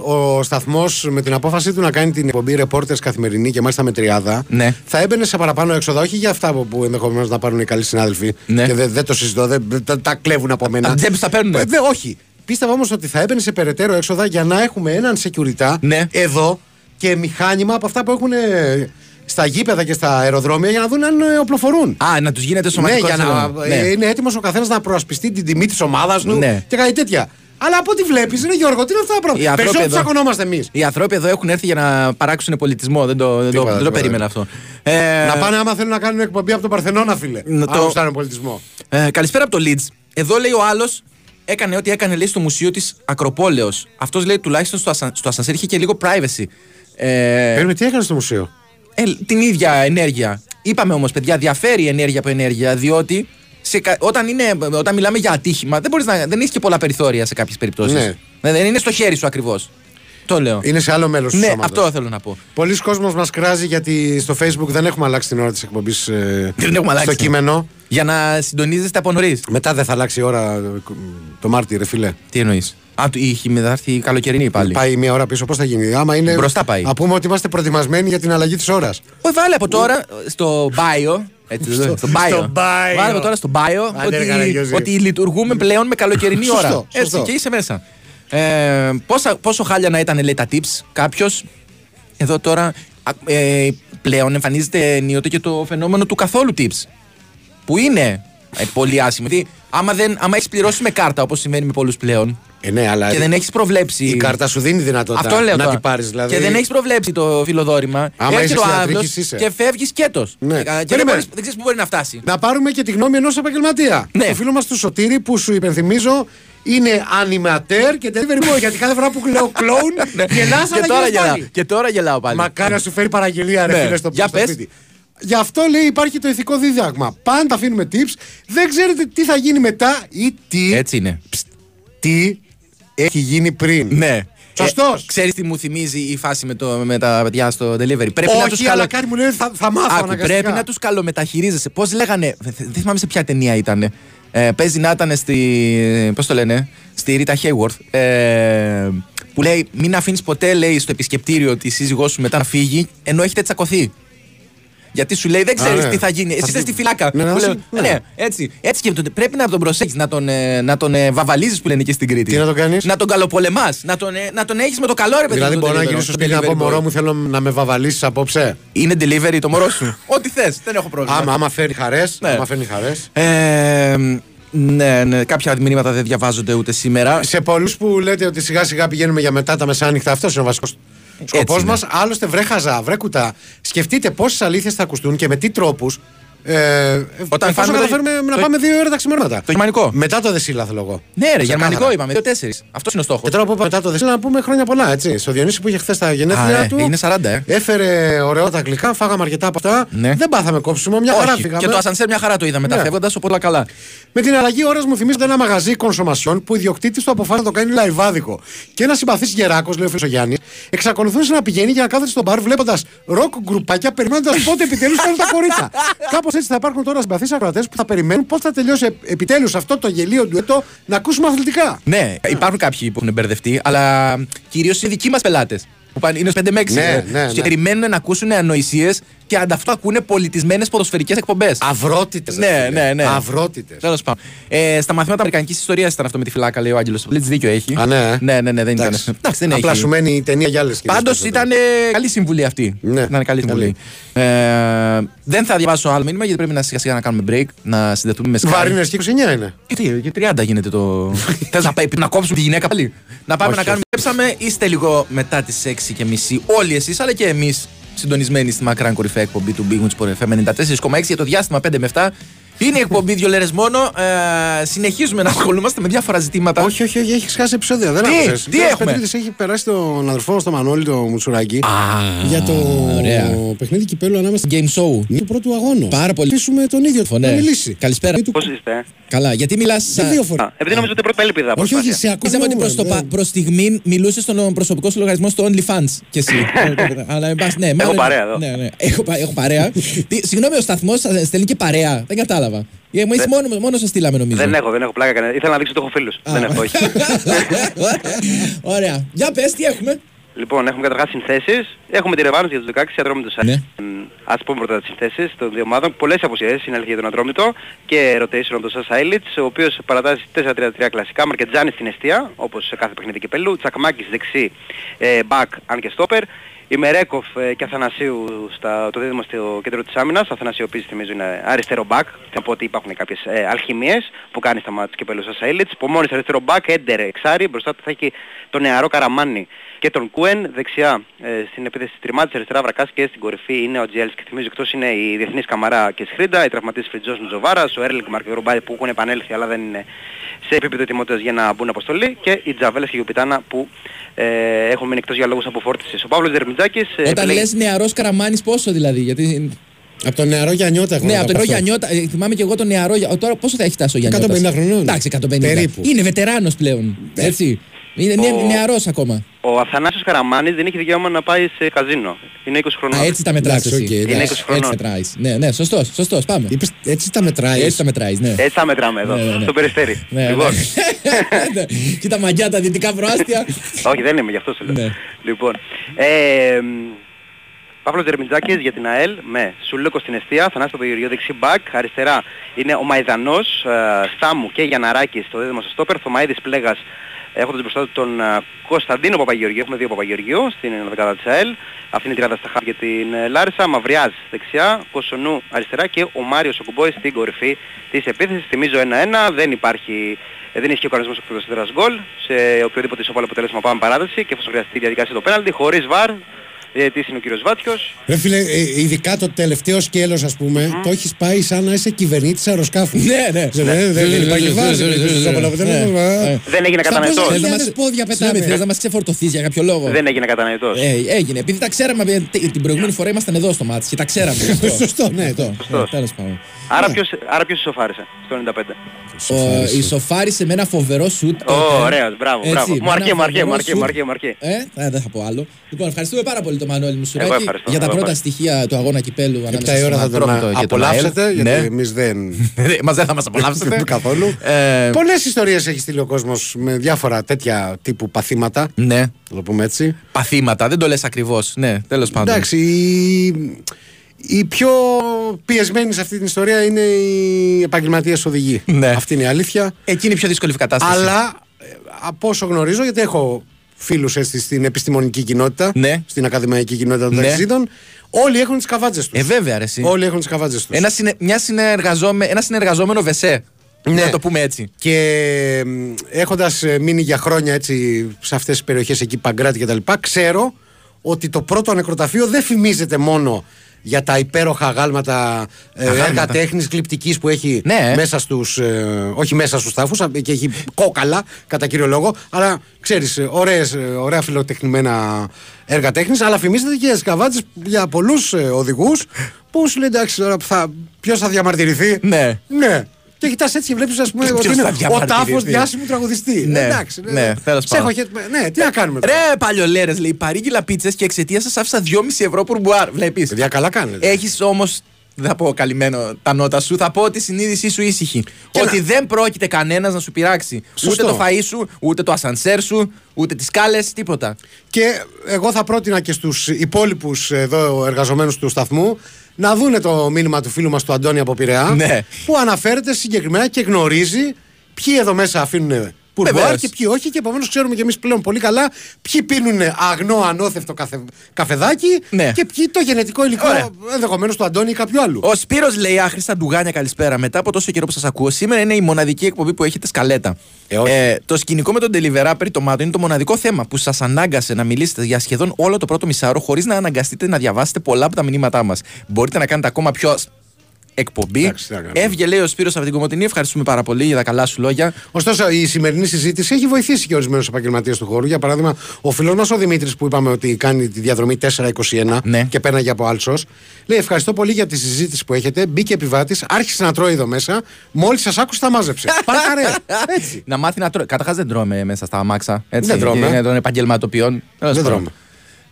ο σταθμός με την απόφαση του να κάνει την εκπομπή ρεπόρτερ καθημερινή και μάλιστα με τριάδα Ναι. θα έμπαινε σε παραπάνω έξοδα. Όχι για αυτά που- που ενδεχομένως να πάρουν οι καλοί συνάδελφοι. Ναι. Και δεν δεν το συζητώ, δεν, δεν- τα, τα κλέβουν από μένα. Από τις τσέπες τα παίρνουνε. Ε, δεν- όχι. Πίστευα όμως ότι θα έμπαινε σε περαιτέρω έξοδα για να έχουμε έναν security Ναι. εδώ και μηχάνημα από αυτά που έχουν ε, στα γήπεδα και στα αεροδρόμια για να δουν αν ε, οπλοφορούν. Α, να τους γίνεται Ναι, σωματικό. για να, σύνδρομο. ε, Ναι. είναι έτοιμος ο καθένας να προασπιστεί την τιμή της ομάδας του Ναι. και κάτι τέτοια. Αλλά από ό,τι βλέπεις, είναι Γιώργο, τι είναι αυτά τα Οι πράγματα. άνθρωποι Περισσότερο εδώ- ψακωνόμαστε εμείς. Οι άνθρωποι εδώ έχουν έρθει για να παράξουν πολιτισμό. Δεν το, δεν το, Τίποτα, δεν το τίποτα. περίμενα αυτό. Ε, Να πάνε άμα θέλουν να κάνουν εκπομπή από τον Παρθενώνα, φίλε. Να Να το- το γουστάρουν πολιτισμό. Ε, καλησπέρα από το Leeds. Εδώ λέει ο άλλος έκανε ό,τι έκανε λέει στο μουσείο της Ακροπόλεως. Αυτός λέει τουλάχιστον στο, ασαν, στο ασανσέρ είχε και λίγο privacy. Ε, Παίρνουμε τι έκανε στο μουσείο. ε, την ίδια ενέργεια. Είπαμε όμως, παιδιά, διαφέρει η ενέργεια από ενέργεια, διότι σε, κα- όταν, είναι, όταν μιλάμε για ατύχημα, δεν, μπορείς να, δεν έχεις και πολλά περιθώρια σε κάποιες περιπτώσεις. Ναι. Δεν είναι στο χέρι σου ακριβώς. Το λέω. Είναι σε άλλο μέλος του ναι, σώματος. αυτό θέλω να πω. Πολλοί κόσμος μας κράζει γιατί στο facebook δεν έχουμε αλλάξει την ώρα της εκπομπής ε, Δεν έχουμε αλλάξει. στο κείμενο. Για να συντονίζεστε από νωρίς. Μετά δεν θα αλλάξει η ώρα ε, το Μάρτι, ρε φίλε. Τι εννοείς. Α, του- είχε μετά έρθει η καλοκαιρινή πάλι. Πάει μία ώρα πίσω, πώς θα γίνει. Άμα είναι... Μπροστά πάει. Α πούμε ότι είμαστε προετοιμασμένοι για την αλλαγή της ώρας. Όχι, βάλε από τώρα στο bio. Έτσι, Στο- στο bio. στο bio. Βάλε από τώρα στο bio Ναι. Άντε, ρε, ότι, Καραγιώζη. ότι λειτουργούμε πλέον με καλοκαιρινή Σωστό, ώρα. σωστό. Έτσι, και είσαι μέσα. Ε, πόσα, πόσο χάλια να ήταν λέει τα tips κάποιος. Εδώ τώρα α, ε, πλέον εμφανίζεται ενίοτε και το φαινόμενο του καθόλου tips. Που είναι ε, πολύ άσχημο. Γιατί άμα, δεν- άμα έχεις πληρώσει με κάρτα, όπως συμβαίνει με πολλούς πλέον, Ε, ναι, αλλά και δεν έχεις προβλέψει. η κάρτα σου δίνει δυνατότητα Αυτό λέω να τώρα. την πάρεις. Δηλαδή... Και δεν έχεις προβλέψει το φιλοδόρημα. Άμα Έρχεται είσαι ο στην άλλος ατρίχηση, είσαι. και φεύγεις σκέτο. Ναι. Και δεν, Περίμενε. μπορείς- δεν ξέρεις πού μπορεί να φτάσει. Να πάρουμε και τη γνώμη ενός επαγγελματία. Ναι. Του φίλου μας του Σωτήρη που σου υπενθυμίζω είναι animateur και delivery boy. γιατί κάθε φορά που *laughs* λέω clone *laughs* γελάς Ναι. και, αλλά τώρα γελάς γελάω, πάλι. και τώρα γελάω πάλι. Μακάρι να σου φέρει παραγγελία, ρε Ναι. φίλε, στο Για στο πες. σπίτι. Γι' αυτό λέει υπάρχει το ηθικό δίδαγμα. Πάντα αφήνουμε tips. Δεν ξέρετε τι θα γίνει μετά ή τι, Έτσι είναι. τι έχει γίνει πριν. Ναι. Σωστός. Ξέρεις τι μου θυμίζει η φάση με, το, με τα παιδιά στο delivery. Πρέπει να του Όχι, αλλά κάτι μου λέει θα, θα μάθω Άκου, αναγκαστικά. πρέπει να τους καλομεταχειρίζεσαι. Πώς λέγανε. δε- Δεν θυμάμαι σε ποια ταινία ήταν. Ε, παίζει να ήταν στη. Πώς το λένε. Στη Ρίτα Χέιουορθ. Ε, που λέει: Μην αφήνεις ποτέ, λέει, στο επισκεπτήριο της σύζυγός σου μετά να φύγει, ενώ έχετε τσακωθεί. Γιατί σου λέει: Δεν ξέρεις ναι. τι θα γίνει. Εσύ Θα είσαι φύγει. στη φυλάκα. Ναι, να Που σου- λέω, ναι. ναι, έτσι. Έτσι σκέφτονται. Πρέπει να τον προσέχεις, να τον, ε, να τον ε, βαβαλίζεις που λένε και στην Κρήτη. Τι να τον κάνεις? Να τον καλοπολεμάς. Να τον, ε, να τον έχεις με το καλό ρε παιδί. Δηλαδή τον μπορώ να delivery, γυρίσω στο τον σπίτι να πω delivery boy. μωρό μου θέλω να με βαβαλίσεις απόψε. Είναι delivery το μωρό *laughs* σου. Ό,τι θες. Δεν έχω πρόβλημα. Άμα, άμα φέρνει χαρές, Ναι. άμα φέρνει χαρές. Ε, ναι, ναι, κάποια μηνύματα δεν διαβάζονται ούτε σήμερα. σε πολλούς που λέτε ότι σιγά σιγά πηγαίνουμε για μετά τα μεσάνυχτα, αυτός είναι ο βασικός σκοπός είναι. μας. Άλλωστε, βρε χαζά, βρε κουτά. Σκεφτείτε πόσες αλήθειες θα ακουστούν και με τι τρόπους. Ε, Όταν εφόσον φάμε το- καταφέρουμε να το- πάμε δύο ώρα τα ξημερώματα. Το γερμανικό. Μετά το δεσίλα θέλω εγώ. Ναι, ρε, Ξεκάθαρα. γερμανικό είπαμε. Δύο-τέσσερι. Αυτός είναι ο στόχος. Και τώρα που είπα μετά το δεσίλα να πούμε χρόνια πολλά, έτσι. Στο Διονύση που είχε χθες τα γενέθλιά Α, ναι, του. είναι 40, ε. Έφερε ωραία τα γλυκά, φάγαμε αρκετά από αυτά. Ναι. Δεν πάθαμε κόψιμο, μια χαρά Όχι. φύγαμε. Και το ασανσέρ μια χαρά το είδα Ναι. μεταφεύγοντα, οπότε όλα καλά. Με την αλλαγή ώρα μου θυμίζεται ένα μαγαζί κονσομασιών που ο ιδιοκτήτης του αποφάσισε να το κάνει λαϊβάδικο. Και ένας συμπαθής γεράκος, λέει ο φίλο Γιάννης, εξακολουθούσε να πηγαίνει για να κάθεται στο μπαρ βλέποντας ροκ γκρουπάκια, περιμένοντας πότε επιτέλους φέρουν τα κορίτσια. *laughs* Κάπως έτσι θα υπάρχουν τώρα συμπαθείς ακροατές που θα περιμένουν πώς θα τελειώσει επιτέλους αυτό το γελίο ντουέτο να ακούσουμε αθλητικά. Ναι, υπάρχουν κάποιοι που έχουν μπερδευτεί, αλλά κυρίως οι δικοί μας πελάτες. Που πάνε, είναι στους 5 με 6. Ναι, ναι, ναι. Και περιμένουν να ακούσουν ανοησίες και ανταυτού ακούνε πολιτισμένες ποδοσφαιρικές εκπομπές. Αυρότητες. Ναι, ναι, ναι. Αυρότητες. Τέλος πάντων. Ε, στα μαθήματα Αμερικανικής Ιστορίας ήταν αυτό με τη φυλάκα, λέει ο Άγγελος. Πλίτ δίκιο έχει. Α, ναι, ε. ναι, ναι, ναι, δεν ήταν. Εντάξει. Εντάξει, δεν Απλά έχει. σου μένει η ταινία για άλλες Πάντω ήταν ε, καλή συμβουλή αυτή. Ναι, Ήταν καλή συμβουλή. Ε, δεν θα διαβάσω άλλο μήνυμα γιατί πρέπει να σιγά σιγά να κάνουμε break, να συνδεθούμε με Skype. Βαρύνες και 29 είναι. Και τι, για 30 γίνεται *laughs* το. Θες να πάει να κόψουμε τη γυναίκα πάλι. Να πάμε Όχι, να κάνουμε. Έψαμε, είστε λίγο μετά τις 6 και μισή όλοι εσείς, αλλά και εμείς συντονισμένοι στη μακράν κορυφαία εκπομπή του Big Wings Sport FM 94,6 για το διάστημα 5 με 7. Είναι η εκπομπή δύο λέρες μόνο. Ε, συνεχίζουμε να ασχολούμαστε με διάφορα ζητήματα. Όχι, όχι, όχι, έχει χάσει επεισόδια. Δεν Τι, άκουσες. τι Ο κύριος έχουμε? Πετρίδης έχει περάσει τον αδερφό στο Μανώλη, το Μουτσουράκι. για το ωραία. παιχνίδι κυπέλου ανάμεσα Game show. του πρώτου αγώνα. Πάρα πολύ. Αφήσουμε τον ίδιο του να μιλήσει. Καλησπέρα. Του- Πώς είστε, Καλά, γιατί μιλάς. Σε δύο φορέ. Επειδή νομίζω ότι πρώτα έλειπε η Όχι, προσπάθεια. όχι, σε Ναι. Πιστεύω ακούω. ότι προς, το, ναι. πα- προς στιγμή μιλούσες στον προσωπικό σου λογαριασμό στο OnlyFans κι εσύ. *laughs* Αλλά εν πάση, ναι, μάλλον- παρέα εδώ. *laughs* Ναι, ναι. Έχω, πα- έχω παρέα. Τι, συγγνώμη, ο σταθμός στέλνει και παρέα. Δεν κατάλαβα. Ε, μα, εσύ μόνος, μόνος σε στείλαμε νομίζω. Δεν έχω, δεν έχω πλάκα κανένα. Ήθελα να δείξω ότι έχω φίλους. Δεν έχω, όχι. *laughs* Ωραία. Για πες τι έχουμε. Λοιπόν, έχουμε καταρχάς συνθέσεις. Έχουμε τη ρεβάνωση για τους 16 Ατρόμητους. Ναι. Μ, Ας πούμε πρώτα τις συνθέσεις των δύο ομάδων. Πολλές αποσίες είναι αλήθεια για τον Ατρόμητο και rotation από τον Σάσα Άιλιτς, ο οποίος παρατάζει 4-3-3 κλασικά, Μαρκετζάνη στην αιστεία, όπως σε κάθε παιχνίδι κυπέλου, Τσακμάκης δεξί, ε, μπακ, αν και στόπερ. Ημερέκοφ ε, και Αθανασίου στα, το δίδυμο στο κέντρο της άμυνας. Αθανασίου επίσης θυμίζω είναι αριστερό μπακ. Θα πω ότι υπάρχουν κάποιες ε, αλχημίες που κάνει στα μάτια και πέλος Ασαίλιτς. Πομόνης αριστερό μπακ, έντερ εξάρι. Μπροστά του θα έχει τον νεαρό Καραμάνι και τον Κούεν. Δεξιά ε, στην επίθεση τριμάτης αριστερά βρακάς και στην κορυφή είναι ο Τζιέλς και θυμίζω εκτός είναι η Διεθνής Καμαρά και Σχρίντα, οι τραυματίες Φριτζός Τζοβάρας, ο Έρλικ Μαρκ και ο Ρουμπάι που έχουν επανέλθει αλλά δεν είναι σε επίπεδο ετοιμότητας για να μπουν αποστολή και οι Τζαβέλες και η Γιουπιτάνα που ε, έχουν μείνει εκτός για λόγους αποφόρτησης. Ο Παύλος Δερμιτζάκης ε, Όταν επιλέγει- λες νεαρός καραμάνης πόσο δηλαδή. Γιατί... Από τον νεαρό Γιαννιώτα. έχω Ναι, να από τα τον πω νέο αυτό. Γιαννιώτα. ε, Θυμάμαι και εγώ τον νεαρό. Για- Τώρα πόσο θα έχει φτάσει ο Γιαννιώτας. 150 χρονών. Εντάξει, 150. Περίπου. Ναι. Είναι βετεράνος πλέον. Έτσι. Είναι νε- Ο- νεαρός ακόμα. Ο Αθανάσιος Καραμάνης δεν έχει δικαίωμα να πάει σε καζίνο. Είναι 20 χρονών. Α, έτσι τα μετράς Εντάξει, εσύ. οκ, εντάξει. Είναι 20 Έτσι χρονών. μετράς. Ναι, ναι, σωστός, σωστός. Πάμε. Είπες, έτσι τα μετράει. Έτσι τα μετράει, ναι. Έτσι θα μετράμε εδώ, Ναι, ναι, ναι. στο περιστέρι. Ναι, Ε, λοιπόν, ναι. Κοίτα μαγιά τα δυτικά προάστια. όχι δεν είμαι, γι' αυτό σου λέω. Ναι. Λοιπόν, ε, μ, Παύλος Δερμιτζάκης για την ΑΕΛ με Σουλούκο στην αιστεία, Θανάση Παπαγιοριό δεξί μπακ, αριστερά είναι ο Μαϊδανός, ε, Στάμου και Γιαναράκης στο δίδυμο στο στόπερ, Θωμαίδης Πλέγας έχοντας μπροστά του τον ε, Κωνσταντίνο Παπαγιοργίου, έχουμε δύο Παπαγιοργίου στην δεκάδα της ΑΕΛ, αυτή είναι η τριάδα στα χάρη για την ε, Λάρισα, Μαυριάς δεξιά, Κοσονού αριστερά και ο Μάριος Οκουμπόης στην κορυφή της επίθεσης, θυμίζω 1-1, δεν υπάρχει ε, δεν ισχύει ο κανονισμός εκτός έδρας γκολ, σε οποιοδήποτε ισοπαλό αποτέλεσμα πάμε παράταση και εφόσον χρειαστεί η διαδικασία το πέναλτι, χωρίς βαρ, διαιτητής Ε, είναι ο κύριος Βάτιος, Ρε φίλε, ε, ειδικά το τελευταίο σκέλος, ας πούμε, το έχεις πάει σαν να είσαι κυβερνήτης αεροσκάφου. Ναι, ναι. Δεν- δεν- Δεν υπάρχει βάση. Ναι, ναι, ναι, ναι. Ναι. Δεν έγινε Στα κατανοητός. πόσα Θες Θέλεις να χιλιάδες μας- πόδια Συγγνώμη, πετάμε. θες να μας ξεφορτωθείς για κάποιο λόγο. δεν έγινε κατανοητός. Ε, έγινε. Επειδή τα ξέραμε ε, τε- την προηγούμενη φορά ήμασταν εδώ στο μάτς και τα ξέραμε. γι' αυτό. *laughs* Σωστό, ναι, το. Ε, Τέλος πάντων. Άρα ποιος, άρα ποιος ισοφάρισε στο 95. Ο- Ισοφάρισε με ένα φοβερό σουτ. Ω, τότε. ωραίος, μπράβο, Ε, Έτσι, μπράβο. με ένα Μαρκέ, μαρκέ, φοβερό μαρκέ, σουτ. μαρκέ, μαρκέ. Ε, ε, δεν θα πω άλλο. Λοιπόν, ευχαριστούμε πάρα πολύ τον Μανώλη Εγώ Μουσουράκη ευχαριστώ, για τα εγώ πρώτα ευχαριστώ. στοιχεία του αγώνα κυπέλου ανάμεσα 7 η ώρα θα στον τον Ατρόμητο και τον απολαύσετε, ΑΕΛ. γιατί Ναι. *laughs* εμείς δεν. Μας δεν θα μας απολαύσετε. *laughs* καθόλου. Ε, Πολλές ιστορίες έχει στείλει ο κόσμος με διάφορα τέτοια τύπου παθήματα. Ναι. Να το πούμε έτσι. Παθήματα, δεν το λες ακριβώς. Ναι, τέλος πάντων. Εντάξει, οι, οι πιο πιεσμένοι σε αυτή την ιστορία είναι οι επαγγελματίες οδηγοί. Ναι. Αυτή είναι η αλήθεια. Εκείνη η πιο δύσκολη κατάσταση. Αλλά ε, από όσο γνωρίζω, γιατί έχω φίλους στην επιστημονική κοινότητα, Ναι. στην ακαδημαϊκή κοινότητα των Ναι. ταξιδίτων, όλοι έχουν τις καβάτζες τους. Ε, βέβαια, ρε, εσύ. Όλοι έχουν τις καβάτζες τους. Ένα, συνε, μια συνεργαζόμε, ένα συνεργαζόμενο βεσέ. Ναι. Να το πούμε έτσι. Και έχοντα μείνει για χρόνια έτσι, σε αυτές τις περιοχές εκεί, Παγκράτη κτλ., ξέρω ότι το πρώτο νεκροταφείο δεν φημίζεται μόνο για τα υπέροχα αγάλματα, ε, έργα τέχνης γλυπτικής που έχει Ναι. μέσα στους, ε, όχι μέσα στους τάφους α, και έχει κόκαλα κατά κύριο λόγο αλλά ξέρεις ε, ωραίες, ε, ωραία φιλοτεχνημένα έργα τέχνης αλλά φημίζεται και για σκαβάτσες για πολλούς ε, οδηγούς που σου λέει εντάξει τώρα θα, ποιος θα διαμαρτυρηθεί Ναι. ναι. Και κοιτάς έτσι και βλέπεις, ας πούμε, Ποιος ότι θα είναι ο διαμαρτυρηθεί. τάφος διάσημου τραγουδιστή. Ε, Ναι, Εντάξει, ναι, τέλος Σε έχω πάντων. Ε, χε- Ναι, τι να κάνουμε. τώρα. Ρε, παλιολέρες, λέει, παρήγγειλα πίτσες και εξαιτίας σας άφησα 2,5 ευρώ πουρμπουάρ. Βλέπεις. Παιδιά, καλά κάνετε. Έχεις όμως. Δεν θα πω καλυμμένο τα νότα σου, θα πω ότι η συνείδησή σου ήσυχη. ότι να- δεν πρόκειται κανένας να σου πειράξει. Σωστό. Ούτε το φαΐ σου, ούτε το ασανσέρ σου, ούτε τις κάλε, τίποτα. Και εγώ θα πρότεινα και στους υπόλοιπους εδώ εργαζομένους του σταθμού να δούνε το μήνυμα του φίλου μας του Αντώνη από Πειραιά. Ναι. Που αναφέρεται συγκεκριμένα και γνωρίζει ποιοι εδώ μέσα αφήνουν πουρμπουάρ Βεβαίως. και ποιοι όχι. Και επομένως ξέρουμε και εμείς πλέον πολύ καλά ποιοι πίνουν αγνό, ανώθευτο καθε... καφεδάκι Ναι. και ποιοι το γενετικό υλικό Ωραία. ενδεχομένως του Αντώνη ή κάποιου άλλου. Ο Σπύρος λέει: Άχρηστα ντουγάνια, καλησπέρα. Μετά από τόσο καιρό που σας ακούω, σήμερα είναι η μοναδική εκπομπή που έχετε σκαλέτα. Ε, όχι. το σκηνικό με τον Τελιβερά περί τομάτων είναι το μοναδικό θέμα που σας ανάγκασε να μιλήσετε για σχεδόν όλο το πρώτο μισάωρο χωρίς να αναγκαστείτε να διαβάσετε πολλά από τα μηνύματά μας. Μπορείτε να κάνετε ακόμα πιο σ- εκπομπή. Εντάξει, τι να κάνουμε. Έβγε, λέει ο Σπύρος από την Κομωτινή. Ευχαριστούμε πάρα πολύ για τα καλά σου λόγια. Ωστόσο, η σημερινή συζήτηση έχει βοηθήσει και ορισμένους επαγγελματίες του χώρου. Για παράδειγμα, ο φίλος μας ο Δημήτρης που είπαμε ότι κάνει τη διαδρομή 421 Ναι. και πέρναγε από άλσος. Λέει: Ευχαριστώ πολύ για τη συζήτηση που έχετε. Μπήκε επιβάτης, άρχισε να τρώει εδώ μέσα. Μόλις σας άκουσε, τα *laughs* μάζεψε. Παρακαρέ. Έτσι. Να μάθει να τρώει. Καταρχάς δεν τρώμε μέσα στα αμάξα. Έτσι, Δεν τρώμε. Είναι των επαγγελματοποιών. Τέλος Δεν πάντων. τρώμε.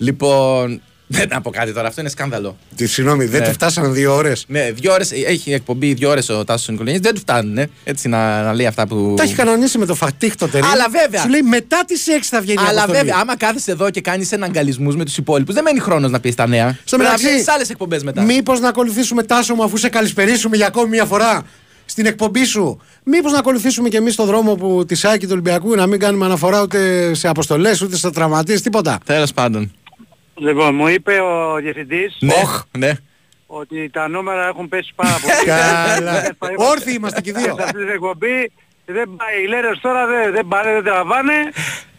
Λοιπόν, Δεν να πω κάτι τώρα, αυτό είναι σκάνδαλο. Τι, Συγγνώμη, δεν Ναι. του φτάσαν δύο ώρες. Ναι, δύο ώρες, έχει εκπομπή δύο ώρες ο Τάσος Νικολαίδη. Δεν του φτάνουν ε, έτσι να, να λέει αυτά που. Τα έχει κανονίσει με το φατίχ το τερί. Αλλά βέβαια. Σου λέει μετά τις 6 θα βγαίνει η Αλλά αποστολή. βέβαια, άμα κάθεσαι εδώ και κάνεις εναγκαλισμούς με τους υπόλοιπους, δεν μένει χρόνος να πεις τα νέα. Στο Πρέπει μεταξύ, να βγεις άλλες εκπομπές μετά. Μήπως να ακολουθήσουμε τάσο μου αφού σε καλησπερίσουμε για ακόμη μια φορά στην εκπομπή σου. Μήπως να ακολουθήσουμε και εμείς τον δρόμο που τη Σάκη του Ολυμπιακού να μην κάνουμε αναφορά ούτε σε αποστολές ούτε σε τραυματίες, τίποτα. Τέλος πάντων. Λοιπόν, μου είπε ο διευθυντής Ναι, ναι. ότι τα νούμερα έχουν πέσει πάρα *laughs* πολύ. Καλά. Όρθιοι είμαστε και οι δύο. Σε αυτή την εκπομπή δεν πάει. Οι λέρες τώρα δεν, δεν πάνε, δεν τραβάνε.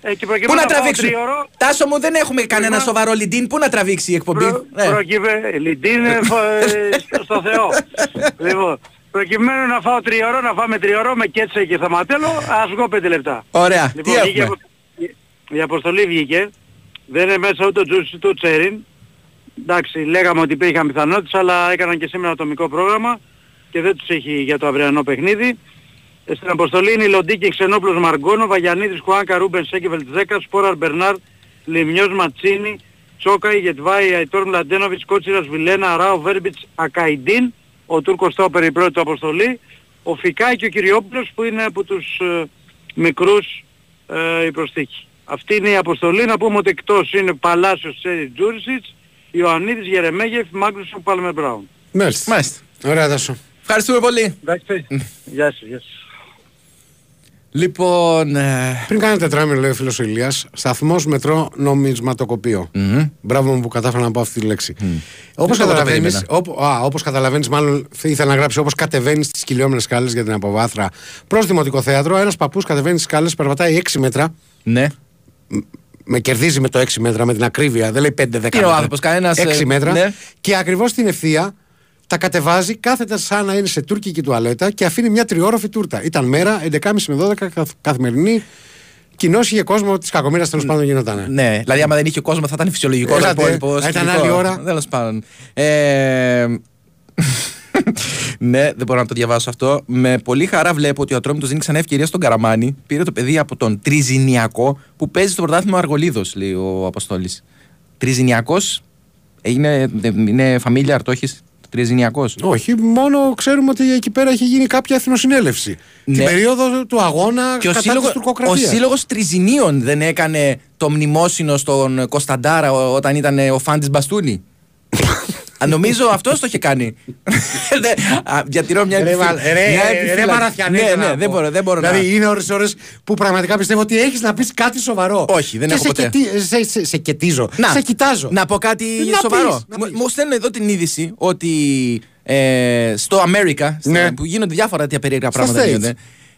Ε, και προκειμένου Πού να πάω τραβήξουν. τριώρο, Τάσο μου, δεν έχουμε κανένα Λοιπόν. σοβαρό λιντίν. Πού να τραβήξει η εκπομπή. Προ, Ναι. προκειμε- Λιντίν, ε, φο- ε, *laughs* στο- στο Θεό. λοιπόν, προκειμένου να φάω τριωρό, να φάμε τριωρό με κέτσε και θαματέλο, ας βγω πέντε λεπτά. Ωραία. Τι Λοιπόν, βγήκε, έχουμε. απο- η αποστολή βγήκε. Δεν είναι μέσα ούτε ο Τζούσι ούτε ο Τσέριν. Εντάξει, λέγαμε ότι υπήρχαν πιθανότητες, αλλά έκαναν και σήμερα ατομικό πρόγραμμα και δεν τους έχει για το αυριανό παιχνίδι. Ε, Στην αποστολή είναι η Λοντίκη, Ξενόπλος Μαργκόνο, Βαγιανίδης, Χουάνκα, Ρούμπεν, Σέκεβελτ, Ζέκας, Σπόραρ, Μπερνάρ, Λιμιός, Ματσίνη, Τσόκα, Γετβάη, Αϊτόρ, Μλαντένοβιτς, Κότσιρας, Βιλένα, Ράου, Βέρμπιτς, Ακαϊντίν, ο Τούρκος Τάου περιπρόεδρος του αποστολή, ο Φικάη και ο Κυριόπουλος που είναι από τους ε, μικρούς ε, η προσθήκη. Αυτή είναι η αποστολή. Να πούμε ότι εκτός είναι Παλάσιος Τσέρι Τζούρισιτς, Ιωαννίδης Γερεμέγεφ, Μάγκρουσον Πάλμερ Μπράουν. Μάλιστα. Μάλιστα. Ωραία, Τάσο. Ευχαριστούμε πολύ. Εντάξει. Γεια σας, γεια σας. Λοιπόν. ε, Πριν κάνει τετράμινο, λέει ο φίλος Ηλίας, σταθμός μετρό νομισματοκοπείο. Μπράβο μου που κατάφερα να πω αυτή τη λέξη. Όπως Δεν το καταλαβαίνει, περίμενα. όπως καταλαβαίνεις, μάλλον ήθελα να γράψει όπως κατεβαίνεις τις χιλιόμενες σκάλες για την αποβάθρα προς δημοτικό θέατρο. Ένας παππούς κατεβαίνει τις σκάλες, περπατάει 6 μέτρα. Ναι. Με κερδίζει με το 6 μέτρα, με την ακρίβεια. Δεν λέει 5-10 μέτρα. ο άνθρωπος, κανένας, ε, 6 μέτρα. ναι. Και ακριβώς στην ευθεία τα κατεβάζει, κάθεται σαν να είναι σε τουρκική τουαλέτα και αφήνει μια τριώροφη τούρτα. Ήταν μέρα, 11.30 με 12 καθ- καθημερινή. Κοινό είχε κόσμο της κακομοίρας τέλος πάντων γινότανε. Ναι, δηλαδή άμα δεν είχε κόσμο θα ήταν φυσιολογικός Έλατε, το υπόλοιπος. θα ήταν σκηνικό. άλλη ώρα. Τέλος πάντων. Ε, *laughs* ναι, δεν μπορώ να το διαβάσω αυτό. Με πολύ χαρά βλέπω ότι ο Ατρόμητος δίνει ξανά ευκαιρία στον Καραμάνι. Πήρε το παιδί από τον Τριζινιακό που παίζει στο πρωτάθλημα Αργολίδος, λέει ο Αποστόλης. Τριζινιακό είναι, είναι familiar, το έχει. Τριζινιακό. Όχι, μόνο ξέρουμε ότι εκεί πέρα έχει γίνει κάποια εθνοσυνέλευση. Την Ναι. περίοδο του αγώνα Και ο κατά σύλλογο της τουρκοκρατίας. σύλλογος Τριζινίων δεν έκανε το μνημόσυνο στον Κωνσταντάρα ό- όταν ήταν ε, ο φαν τη *laughs* Μπαστούνη. Α, Νομίζω αυτός το είχε κάνει. Δεν- α, Διατηρώ μια Ρε, επιφύλα- βα- ρε, ε, μια ρε, ρε επιφύλαξη. Μαραθιανέ, Ναι, ήθελα ναι, να δεν πω. μπορώ, δεν μπορώ να. Δηλαδή, είναι ώρες ώρες που πραγματικά πιστεύω ότι έχεις να πεις κάτι σοβαρό. Όχι, δεν και έχω σε ποτέ. κετί- σε, σε, σε κετίζω. Να, σε κοιτάζω. Να πω κάτι Να σοβαρό. πεις, να Μου- πεις. Μου στέλνουν εδώ την είδηση ότι ε, στο Αμέρικα, στα- Ναι. που γίνονται διάφορα τέτοια περίεργα Στα πράγματα, States. γίνονται,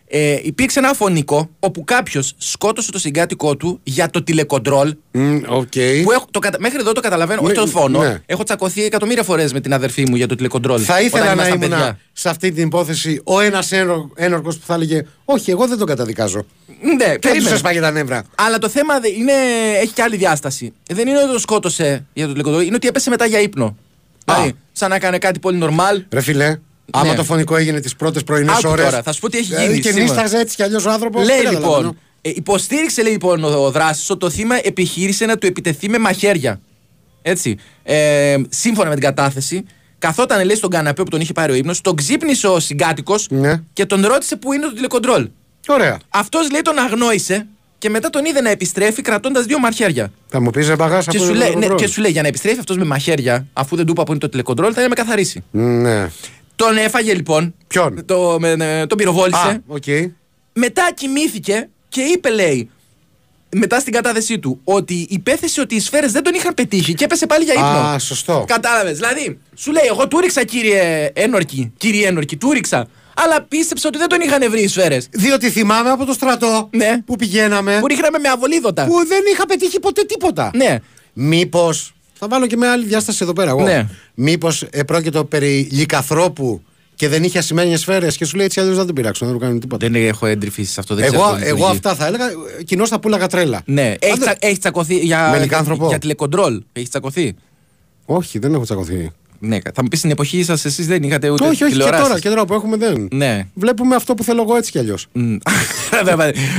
ε, υπήρξε ένα φωνικό όπου κάποιος σκότωσε το συγκάτοικό του για το τηλεκοντρόλ Μμ, Οκ. Που έχω, το κατα... Μέχρι εδώ το καταλαβαίνω. Ναι, όχι τον φόνο. ναι. Έχω τσακωθεί εκατομμύρια φορές με την αδερφή μου για το τηλεκοντρόλ. Θα ήθελα όταν να ήμασταν ήμουν παιδιά. σε αυτή την υπόθεση ο ένας ένορκος που θα έλεγε Όχι, εγώ δεν τον καταδικάζω. Ναι, Και δεν του περίμενε. έσπαγε τα νεύρα. Αλλά το θέμα δε- είναι... έχει και άλλη διάσταση. Δεν είναι ότι τον σκότωσε για το τηλεκοντρόλ, είναι ότι έπεσε μετά για ύπνο. Δηλαδή, σαν να έκανε κάτι πολύ normal. Ρε φιλέ, άμα Ναι. το φωνικό έγινε τις πρώτες πρωινές Άκου ώρες. τώρα, θα σου πω τι έχει γίνει Και σήμερα. νύσταζε ε, έτσι κι αλλιώς ο άνθρωπος. Λέει λοιπόν. ε, υποστήριξε λέει, λοιπόν ο, ο δράστη ότι το θύμα επιχείρησε να του επιτεθεί με μαχαίρια. Έτσι. Ε, σύμφωνα με την κατάθεση, καθόταν λέει στον καναπέ που τον είχε πάρει ο ύπνος, τον ξύπνησε ο συγκάτοικος Ναι. και τον ρώτησε που είναι το τηλεκοντρόλ. Ωραία. Αυτός λέει τον αγνόησε και μετά τον είδε να επιστρέφει κρατώντας δύο μαχαίρια. Θα μου πεις ρε μπαγά Και σου, λέει, ναι, και σου λέει για να επιστρέφει αυτός με μαχαίρια, αφού δεν του είπα που είναι το τηλεκοντρόλ, θα είναι να με καθαρίσει. Ναι. Τον έφαγε λοιπόν. Ποιον? Το, με, με- τον πυροβόλησε. Α, οκ. Μετά κοιμήθηκε και είπε, λέει, μετά στην κατάθεσή του, ότι υπέθεσε ότι οι σφαίρες δεν τον είχαν πετύχει και έπεσε πάλι για ύπνο. Α, σωστό. Κατάλαβες. Δηλαδή, σου λέει, εγώ του ρίξα, κύριε Ένορκη, κύριε Ένορκη, του ρίξα. Αλλά πίστεψε ότι δεν τον είχαν βρει οι σφαίρες. Διότι θυμάμαι από το στρατό Ναι. που πηγαίναμε Που ρίχναμε με αβολίδωτα. που δεν είχα πετύχει ποτέ τίποτα. Ναι. Μήπως. Θα βάλω και μια άλλη διάσταση εδώ πέρα. Εγώ. Ναι. Μήπως επρόκειτο περί λικαθρόπου και δεν είχε ασημένιες σφαίρες και σου λέει έτσι αλλιώς δεν τον πειράξω, δεν του κάνουν τίποτα. Δεν έχω εντρυφήσει σε αυτό, δεν ξέρω. εγώ, πώς εγώ λειτουργεί. αυτά θα έλεγα. Κοινώς θα πουλάγα τρέλα. Ναι, έχει, Αν δεν- τσα- έχει τσακωθεί για, Με λικάνθρωπο. για τηλεκοντρόλ. Έχει τσακωθεί. Όχι, δεν έχω τσακωθεί. Ναι, θα μου πεις στην εποχή σας, εσείς δεν είχατε ούτε. όχι, όχι, και τηλεοράσεις. τώρα, και τώρα που έχουμε δεν. Ναι. Βλέπουμε αυτό που θέλω εγώ έτσι κι αλλιώς. Μμ. *laughs*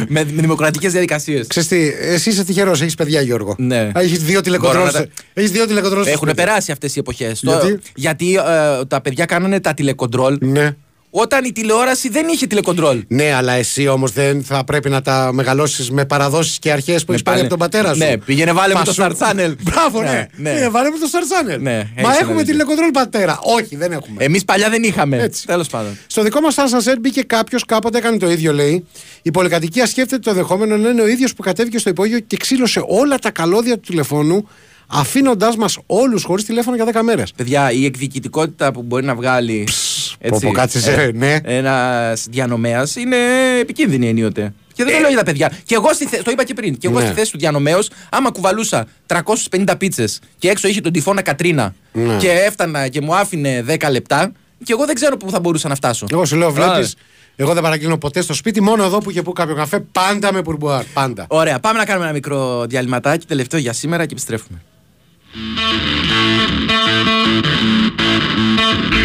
με δημοκρατικές διαδικασίες. Ξέρεις τι, εσύ είσαι τυχερός, έχεις παιδιά Γιώργο. Ναι. Έχεις δύο τηλεκοντρόλ. Μπορώ να τα- Έχεις δύο τηλεκοντρόλ. στο Έχουν σπίτι. περάσει αυτές οι εποχές. Γιατί? Γιατί ε, τα παιδιά κάνανε τα τηλεκοντρόλ Ναι. όταν η τηλεόραση δεν είχε τηλεκοντρόλ. Ναι, αλλά εσύ όμως δεν θα πρέπει να τα μεγαλώσεις με παραδόσεις και αρχές που Με έχεις πάρει πάνε- από τον πατέρα σου. Ναι, πήγαινε βάλε μου Πασού- το Star Channel. Μπράβο, ναι. Ναι, ναι. Πήγαινε βάλε μου το Star Channel. Ναι, Μα έχεις Ε, έχουμε δίκιο. τηλεκοντρόλ πατέρα. Όχι, δεν έχουμε. Εμείς παλιά δεν είχαμε. Έτσι. Τέλος πάντων. Στο δικό μας Sunset Set μπήκε κάποιος, κάποτε έκανε το ίδιο, λέει. Η πολυκατοικία σκέφτεται το δεχόμενο να είναι ο ίδιος που κατέβηκε στο υπόγειο και ξύλωσε όλα τα καλώδια του τηλεφώνου, αφήνοντάς μας όλους χωρίς τηλέφωνο για 10 μέρες. Παιδιά, η εκδικητικότητα που μπορεί να βγάλει. πω, πω, κάτσε, ε, ναι. Ένα διανομέας είναι επικίνδυνη ενίοτε. Και δεν το λέω για τα παιδιά. Και εγώ στη θέ- το είπα και πριν. Και εγώ Ε. Ναι. στη θέση του διανομέως, άμα κουβαλούσα 350 πίτσες και έξω είχε τον τυφώνα Κατρίνα Ναι. και έφτανα και μου άφηνε 10 λεπτά, και εγώ δεν ξέρω πού θα μπορούσα να φτάσω. Εγώ σου λέω, βλέπει. Κατάλαβες. Εγώ δεν παραγγείλω ποτέ στο σπίτι, μόνο εδώ που είχε που κάποιο καφέ, πάντα με μπουρμπουάρ. Πάντα. Ωραία, πάμε να κάνουμε ένα μικρό διαλυματάκι τελευταίο για σήμερα και επιστρέφουμε.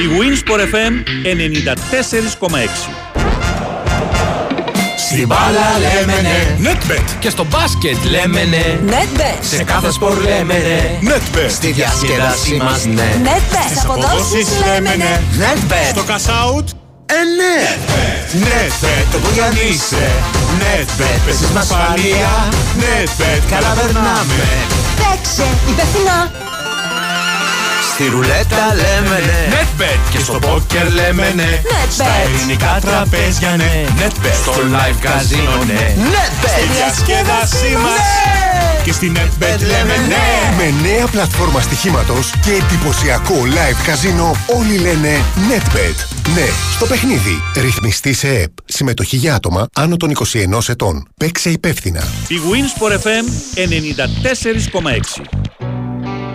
Η Winsport FM 94,6. Στην μπάλα λέμε ναι, Netbet. και στο μπάσκετ λέμε ναι, NetBets. κάθε σπορ λέμε ναι, Netbet. στη διασκέδαση μας ναι. NetBets. Στις αποδόσεις λέμε ναι. NetBet. Το cash out. Ε, ναι. Netbet. Το που κι αν είσαι. Netbet. Παίζεις με ασφαλεία. Netbet. Καλά περνάμε. Παίξε υπεύθυνα. Στη ρουλέτα λέμε ναι. Netbet. Και στο πόκερ λέμε ναι. Στα NetBets. ελληνικά τραπέζια ναι. Netbet. Στο live καζίνο ναι. NetBets. Στη διασκέδασή μας. Και στην Netbet λέμε ναι. Με νέα πλατφόρμα στοιχήματος και εντυπωσιακό live καζίνο, όλοι λένε NetBet. Ναι, στο παιχνίδι. Ρυθμιστή σε ΕΠ. Συμμετοχή για άτομα άνω των 21 ετών. Παίξε υπεύθυνα. Η Winsport FM 94,6.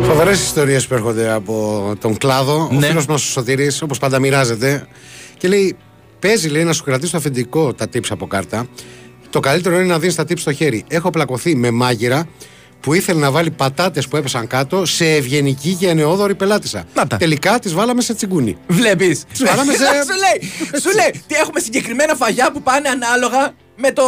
Φοβερέ ιστορίες που έρχονται από τον κλάδο. Ο Ναι. φίλος μας ο Σωτήρης, όπως πάντα, μοιράζεται. Και λέει: Παίζει, λέει, να σου κρατήσει το αφεντικό τα tips από κάρτα. Το καλύτερο είναι να δίνεις τα tips στο χέρι. Έχω πλακωθεί με μάγειρα που ήθελε να βάλει πατάτες που έπεσαν κάτω σε ευγενική και ενεόδορη πελάτησα. Να τα. Τελικά τις βάλαμε σε τσιγκούνι. Βλέπεις. Σου βάλαμε σε- *laughs* σου λέει, σου λέει, τι έχουμε συγκεκριμένα φαγιά που πάνε ανάλογα με το,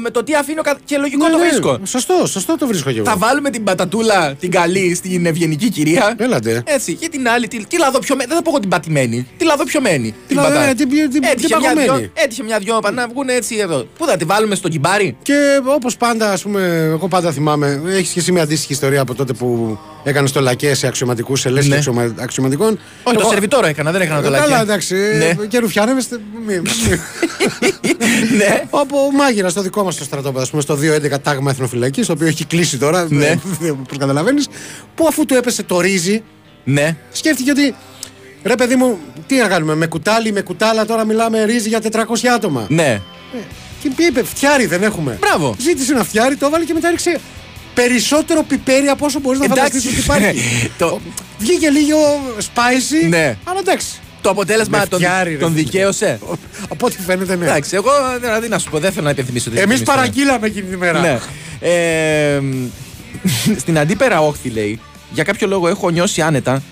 με το τι αφήνω καθ- και λογικό το Ναι, ναι, βρίσκω. Σωστό, σωστό το βρίσκω και εγώ. Θα βάλουμε την πατατούλα την καλή στην ευγενική κυρία. Έλατε. Έτσι. Και την άλλη, τη, τη λαδοπιωμένη. Δεν θα πω εγώ την πατημένη. Τη λαδοπιωμένη. την λαδο- πατάτα. ε, την- την- την έτυχε, μια παγωμένη. δυο, έτυχε μια δυο να βγουν έτσι εδώ. Πού θα τη βάλουμε στο κυμπάρι. Και όπως πάντα, ας πούμε, εγώ πάντα θυμάμαι, έχεις και εσύ μια αντίστοιχη ιστορία από τότε που έκανε το λακέ σε αξιωματικούς, σε λέσχη Ναι. αξιωμα- αξιωματικών. Όχι, το Εγώ- Ε, σερβιτόρο έκανα, δεν έκανα το λακκέ. Καλά, εντάξει. Ναι. Και ρουφιάνευεστε. μη- *laughs* ναι. Από μάγειρα στο δικό μας το στρατόπεδο, ας πούμε, στο 211 τάγμα εθνοφυλακής, το οποίο έχει κλείσει τώρα. Ναι. Όπω καταλαβαίνεις, που αφού του έπεσε το ρύζι, Ναι. σκέφτηκε ότι. Ρε παιδί μου, τι να κάνουμε, με κουτάλι, με κουτάλα, τώρα μιλάμε ρύζι για 400 άτομα. Ναι. Και μου είπε, φτιάρι δεν έχουμε. Μπράβο. Ζήτησε ένα φτιάρι, το έβαλε και μετά ρίξε περισσότερο πιπέρι από όσο μπορείς να Εντάξει. φανταστείς ότι υπάρχει. *laughs* Το- Βγήκε λίγο spicy, Ναι. αλλά εντάξει. Το αποτέλεσμα Με τον, φτιάρι, ρε τον φίλε. δικαίωσε. Από ό,τι φαίνεται, ναι. Εντάξει, εγώ δηλαδή να σου πω, δεν θέλω να υπενθυμίσω την Εμείς την ιστορία. παραγγείλαμε εκείνη τη μέρα. Ναι. Ε, μ, *laughs* στην αντίπερα όχθη λέει, για κάποιο λόγο έχω νιώσει άνετα.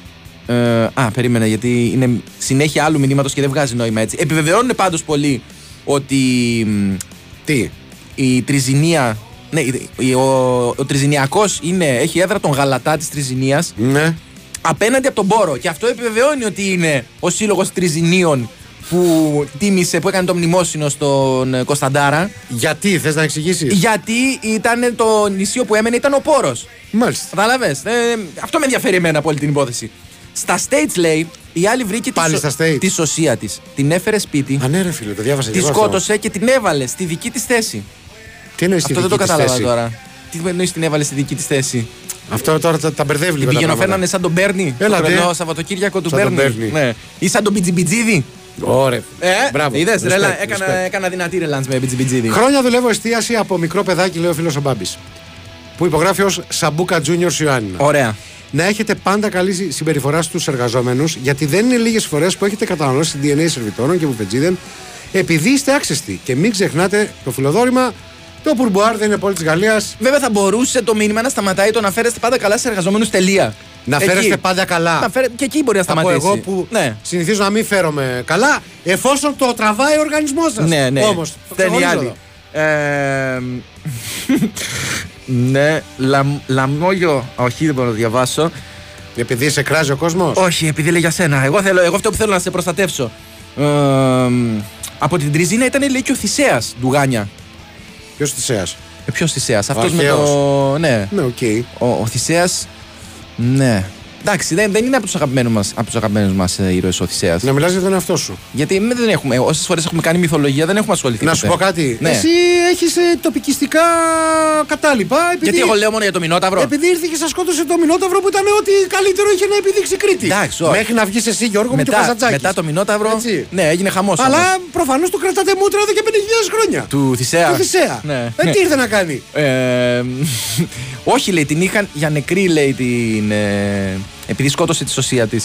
Ε, α, περίμενα γιατί είναι συνέχεια άλλου μηνύματος και δεν βγάζει νόημα έτσι. Επιβεβαιώνουν πάντως πολύ ότι μ, Τι. η τριζινία. Ναι, η- η- ο, ο τριζινιακό έχει έδρα τον γαλατά της τριζινία Ναι. απέναντι από τον Πόρο. Και αυτό επιβεβαιώνει ότι είναι ο σύλλογος Τριζινίων που τίμησε, που έκανε το μνημόσυνο στον ε, Κωνσταντάρα. Γιατί θες να εξηγήσεις. Γιατί ήταν το νησίο που έμενε ήταν ο Πόρος. Μάλιστα. Κατάλαβε. Ε, αυτό με ενδιαφέρει εμένα από όλη την υπόθεση. Στα States λέει, η άλλη βρήκε τη, Πάλι στα States. τη σωσία της. Την έφερε σπίτι, Α, ναι, ρε φίλε, το διάβασα και τη εγώ αυτό. σκότωσε και την έβαλε στη δική της θέση. Τι εννοείς αυτό δεν το κατάλαβα τώρα. Τι εννοείς την έβαλε στη δική της θέση. Αυτό τώρα τα, τα μπερδεύει Την λίγο. τα πήγαινε πράγματα. φέρνανε σαν τον Μπέρνι. Έλα, το ντε. τρελό Σαββατοκύριακο του Σαν τον Μπέρνι. Μπέρνι. Ναι. Ή σαν τον Μπιτζιμπιτζίδη. Ωραία. Ε, Μπράβο. Είδες, Respect, ρελα, έκανα, respect. έκανα δυνατή ρελάντ με μπιτζιμπιτζίδι. Χρόνια δουλεύω εστίαση από μικρό παιδάκι, λέει ο φίλος ο Μπάμπης. Που υπογράφει ως Σαμπούκα Τζούνιο Ιωάννη. Ωραία. να έχετε πάντα καλή συ- συμπεριφορά στους εργαζόμενους, γιατί δεν είναι λίγες φορές που έχετε καταναλώσει DNA σερβιτόρων και μπουφετζίδων, επειδή είστε άξιστοι. Και μην ξεχνάτε το φιλοδόρημα, το Πουρμπουάρ δεν είναι πόλη της Γαλλίας. Βέβαια θα μπορούσε το μήνυμα να σταματάει το να φέρεστε πάντα καλά σε εργαζόμενους. Τελεία. Να Εκεί. φέρεστε πάντα καλά. Να φέρε... Και εκεί μπορεί να Θα πω σταματήσει. εγώ που Ναι. συνηθίζω να μην φέρομαι καλά, εφόσον το τραβάει ο οργανισμός σας. Ναι, ναι. Όμως. Φταίνει η άλλη. Ε, *laughs* ναι, λα, λαμόγιο. Όχι, δεν μπορώ να το διαβάσω. Επειδή σε κράζει ο κόσμος. Όχι, επειδή λέει για σένα. Εγώ, θέλω, εγώ αυτό που θέλω να σε προστατεύσω. Ε, από την Τριζίνα ήταν λέει και ο Θησέας Ντουγάνια. Ποιος Θησέας. Ε, Ποιος Θησέας, αυτός με αρχαίος. το. Ναι. Ναι, οκ. Ο, ο Θησέας. Ναι. Εντάξει, δεν, δεν είναι από τους αγαπημένους μας αγαπημένους μας, ε, ήρωες ο Θησέα. Να μιλάς για τον εαυτό σου. Γιατί εμείς δεν έχουμε, όσες φορές έχουμε κάνει μυθολογία, δεν έχουμε ασχοληθεί. Να σου ποτέ. πω κάτι. Ναι. Εσύ έχεις τοπικιστικά κατάλοιπα. Ε, Επειδή... Γιατί εγώ λέω μόνο για το Μινόταυρο. Επειδή ήρθε και σας σκότωσε το Μινόταυρο που ήταν ό,τι καλύτερο είχε να επιδείξει η Κρήτη. Εντάξει, όχι. Μέχρι να βγεις εσύ Γιώργο με το μετά, Καζατζάκη. μετά το Μινόταυρο. Έτσι. Ναι, έγινε χαμός. Αλλά προφανώ του κρατάτε μούτρα εδώ και 50.000 χρόνια. Του Θησέα. Του Θησέα. Ναι. Ε, τι ήρθε να κάνει. Ε, *laughs* όχι, λέει, την είχαν για νεκρή, λέει, την. ε, επειδή σκότωσε τη σωσία της.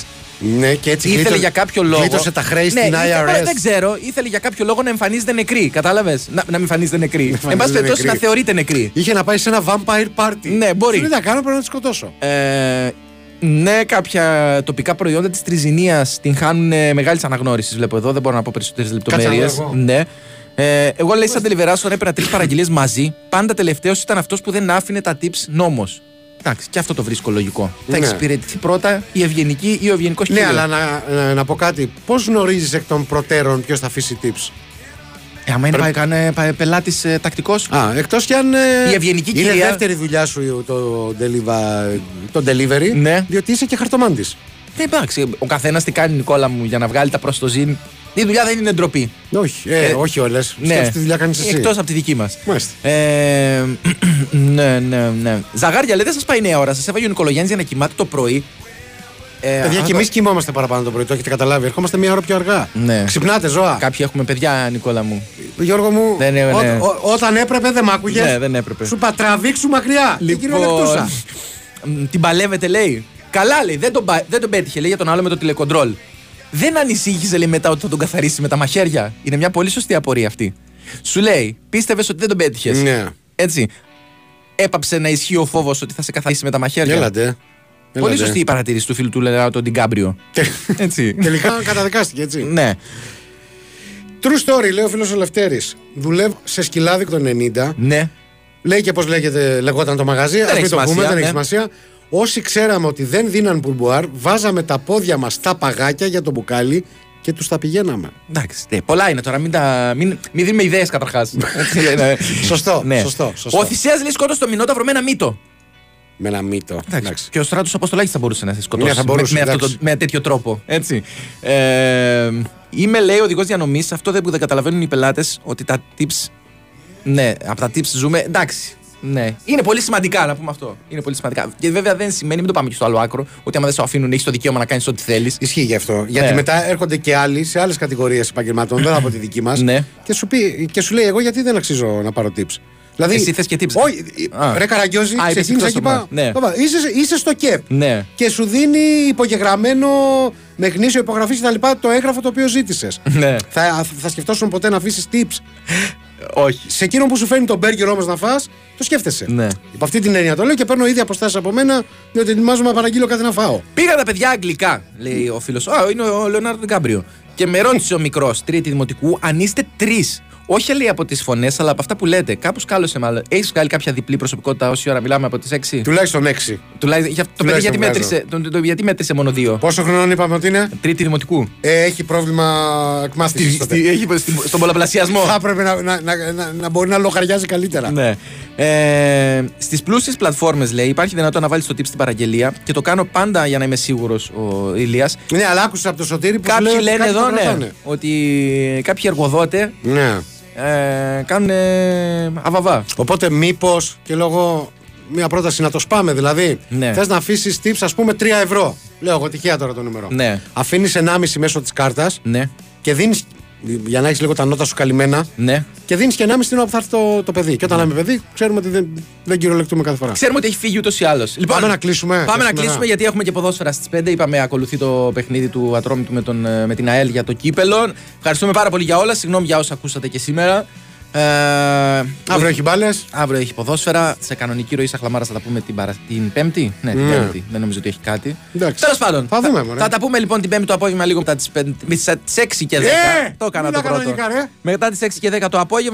Ναι, και έτσι Ήθελε γλίτω- για κάποιο λόγο. Γλίτωσε τα χρέη Ναι, στην ήθελε- IRS. Δεν ξέρω, ήθελε για κάποιο λόγο να εμφανίζεται νεκρή. Κατάλαβες. Να, να μην εμφανίζεται νεκρή. Εν πάση εμφανίζεται περιπτώσει να νεκρή. θεωρείται νεκρή. Είχε να πάει σε ένα vampire party. Ναι, μπορεί. Σου λέει, «Τι να κάνω, πρέπει να τη σκοτώσω. Ε, ναι, κάποια τοπικά προϊόντα της Τριζινία την χάνουν μεγάλης αναγνώρισης. Βλέπω εδώ, δεν μπορώ να πω περισσότερες λεπτομέρειε. να δω εγώ. Ναι. Ε, εγώ λέει σαν τελειβεράσον έπαιρνα τρεις παραγγελίες μαζί. Πάντα τελευταίος ήταν αυτός που δεν άφηνε τα tips νόμος. Εντάξει, και αυτό το βρίσκω λογικό. Θα Ναι. εξυπηρετηθεί πρώτα η ευγενική ή ο ευγενικός Ναι, αλλά να, να, να πω κάτι. Πώς γνωρίζεις εκ των προτέρων ποιος θα αφήσει tips. Ε, άμα είναι πελάτη πελάτης ε, τακτικός, Α, εκτός κι αν. ε, Η ευγενική είναι κυρία- δεύτερη δουλειά σου το, deliva- το delivery. Ναι. Διότι είσαι και χαρτομάντης. Ναι, εντάξει. Ο καθένας τι κάνει, Νικόλα μου, για να βγάλει τα προς το ζήν. Η δουλειά δεν είναι ντροπή. Όχι, ε, Ε, όχι όλες. Ναι. τη δουλειά κάνεις εσύ. Εκτός από τη δική μας. Μάλιστα. Ε, *clears throat* ναι, ναι, ναι. Ζαγάρια, λέει, δεν σας πάει η νέα ώρα. Σας έβαγε ο Νικολογιάννης για να κοιμάται το πρωί. Ε, Παιδιά, αν και το- εμείς κοιμόμαστε παραπάνω το πρωί, το έχετε καταλάβει. Ερχόμαστε μία ώρα πιο αργά. Ναι. Ξυπνάτε, ζώα. Κάποιοι έχουμε παιδιά, Νικόλα μου. Γιώργο μου, Δεν είναι, ό- ναι. ό- όταν έπρεπε δεν μ' άκουγες. Ναι, δεν έπρεπε. Σου είπα τραβήξου μακριά. Λοιπόν... Και κυριολεκτούσα. μ, την παλεύετε, λέει. Καλά, λέει, δεν τον, πα- δεν τον πέτυχε, λέει, για τον άλλο με το τηλεκοντρόλ. Δεν ανησύχησε, λέει, μετά ότι θα τον καθαρίσει με τα μαχαίρια. Είναι μια πολύ σωστή απορία αυτή. Σου λέει, πίστευες ότι δεν τον πέτυχες. Ναι. Έτσι. Έπαψε να ισχύει ο φόβος ότι θα σε καθαρίσει με τα μαχαίρια. Έλατε. Πολύ Έλατε. σωστή η παρατήρηση του φίλου του Λεράου, τον Κάμπριο. Έτσι. Τελικά καταδικάστηκε, έτσι. ναι. True story, λέει ο φίλος ο Λευτέρης. Δουλεύω σε σκυλάδικο των 90. Ναι. Λέει και πώς λέγεται, λεγόταν το μαγαζί. Ας έχει μην το σημασία, πούμε, δεν έχει ναι. σημασία. Όσοι ξέραμε ότι δεν δίναν πουρμπουάρ, βάζαμε τα πόδια μας στα παγάκια για το μπουκάλι και τους τα πηγαίναμε. Εντάξει, ναι, πολλά είναι τώρα. Μην, τα, μην, μην δίνουμε ιδέες καταρχάς. *laughs* Σωστό, σωστό, σωστό. ναι. Ο Θησέα λέει σκότωσε το Μινόταυρο με ένα μύτο. Με ένα μύτο. Εντάξει. Και ο Στράτος Αποστολάκης θα μπορούσε να σε σκοτώσει. Ναι, θα μπορούσε, με, με, αυτό εντάξει. το- με τέτοιο τρόπο. Έτσι. Ε, είμαι, λέει, οδηγός διανομής. Αυτό δεν που δεν καταλαβαίνουν οι πελάτες ότι τα tips. Ναι, από τα tips ζούμε. Εντάξει. Ναι. Είναι πολύ σημαντικά να πούμε αυτό. Είναι πολύ σημαντικά. Και βέβαια δεν σημαίνει, μην το πάμε και στο άλλο άκρο, ότι άμα δεν σε αφήνουν, έχεις το δικαίωμα να κάνεις ό,τι θέλεις. Ισχύει γι' αυτό. Ναι. Γιατί μετά έρχονται και άλλοι σε άλλες κατηγορίες επαγγελματών, δεν από τη δική μας. Ναι. και, σου πει- και σου λέει, Εγώ γιατί δεν αξίζω να πάρω tips. Δηλαδή, Εσύ θες και tips. Όχι, Α. ρε Καραγκιόζη, Α, είπες ξεκίνησα εκτός και το είπα. πράγμα. Ναι. «Παπα, Είσαι, είσαι στο ΚΕΠ. Ναι. Και σου δίνει υπογεγραμμένο με γνήσιο υπογραφή και τα λοιπά το έγγραφο το οποίο ζήτησες. Ναι. θα, θα σκεφτόσουν ποτέ να αφήσεις tips. Όχι. Σε εκείνο που σου φέρνει τον μπέργκερ όμως να φας, το σκέφτεσαι. Ναι. Υπό αυτή την έννοια το λέω και παίρνω ήδη αποστάσεις από μένα, διότι ετοιμάζομαι να παραγγείλω κάτι να φάω. Πήγα τα παιδιά αγγλικά, λέει ο φίλος. Α, είναι ο Λεωνάρντο Γκάμπριο. Και με ρώτησε ο μικρός, τρίτη δημοτικού, αν είστε τρεις. Όχι λέει από τις φωνές, αλλά από αυτά που λέτε. Κάπως κάλωσε μάλλον. Έχεις βγάλει κάποια διπλή προσωπικότητα όση ώρα μιλάμε από τις 6. Τουλάχιστον 6. Τουλάχιστον. για- Το παιδί Τουλάχιστον γιατί βγάζω. μέτρησε, το, το- το- γιατί μέτρησε μόνο δύο. Πόσο χρονών είπαμε ότι είναι. Τρίτη δημοτικού. Ε, έχει πρόβλημα εκμάθησης. Στη- στη- έχει- στη- στον πολλαπλασιασμό. Θα έπρεπε να, να, να, να, να μπορεί να λογαριάζει καλύτερα. Ναι. Ε, Στις πλούσιες πλατφόρμες, λέει, υπάρχει δυνατόν να βάλεις το tip στην παραγγελία και το κάνω πάντα για να είμαι σίγουρος ο Ηλίας. Ναι, αλλά άκουσα από το σωτήρι που σου λέει Κάποιοι ότι λένε κάτι εδώ, το ναι, κρατάνε. ότι κάποιοι εργοδότε Ναι. ε, κάνουν ε, αβαβά. Οπότε, μήπως και λόγω μια πρόταση να το σπάμε, δηλαδή. Ναι. Θες να αφήσεις tips, ας πούμε, 3 ευρώ. Λέω εγώ τυχαία τώρα το νούμερο. Ναι. Αφήνεις 1,5 μέσω της κάρτας Ναι. και δίνεις για να έχεις λίγο τα νότα σου καλυμμένα. Ναι. Και δίνεις και 1,5 την ώρα που θα έρθει το, το παιδί. Και όταν λέμε παιδί, ξέρουμε ότι δεν, δεν κυριολεκτούμε κάθε φορά. Ξέρουμε ότι έχει φύγει ούτως ή άλλως. Πάμε να κλείσουμε, ναι. Πάμε να σήμερα. κλείσουμε γιατί έχουμε και ποδόσφαιρα στις 5. Είπαμε ακολουθεί το παιχνίδι του Ατρόμητου με, τον, ε, με την ΑΕΛ για το κύπελο. Ευχαριστούμε πάρα πολύ για όλα. Συγγνώμη για όσα ακούσατε και σήμερα. Ε, Αύριο έχει μπάλες. Αύριο έχει ποδόσφαιρα. Σε κανονική ροή Σαχλαμάρα θα τα πούμε την, παρα... την Πέμπτη. Ναι, την Ναι. Πέμπτη. Δεν νομίζω ότι έχει κάτι. Εντάξει. Τέλος πάντων. Θα δούμε, θα, μωρέ. θα τα πούμε λοιπόν την Πέμπτη το απόγευμα λίγο μετά τις 6 και 10. Ε, το έκανα μίλα το πρώτο. κανονικά, ρε. Μετά τις 6 και 10 το απόγευμα.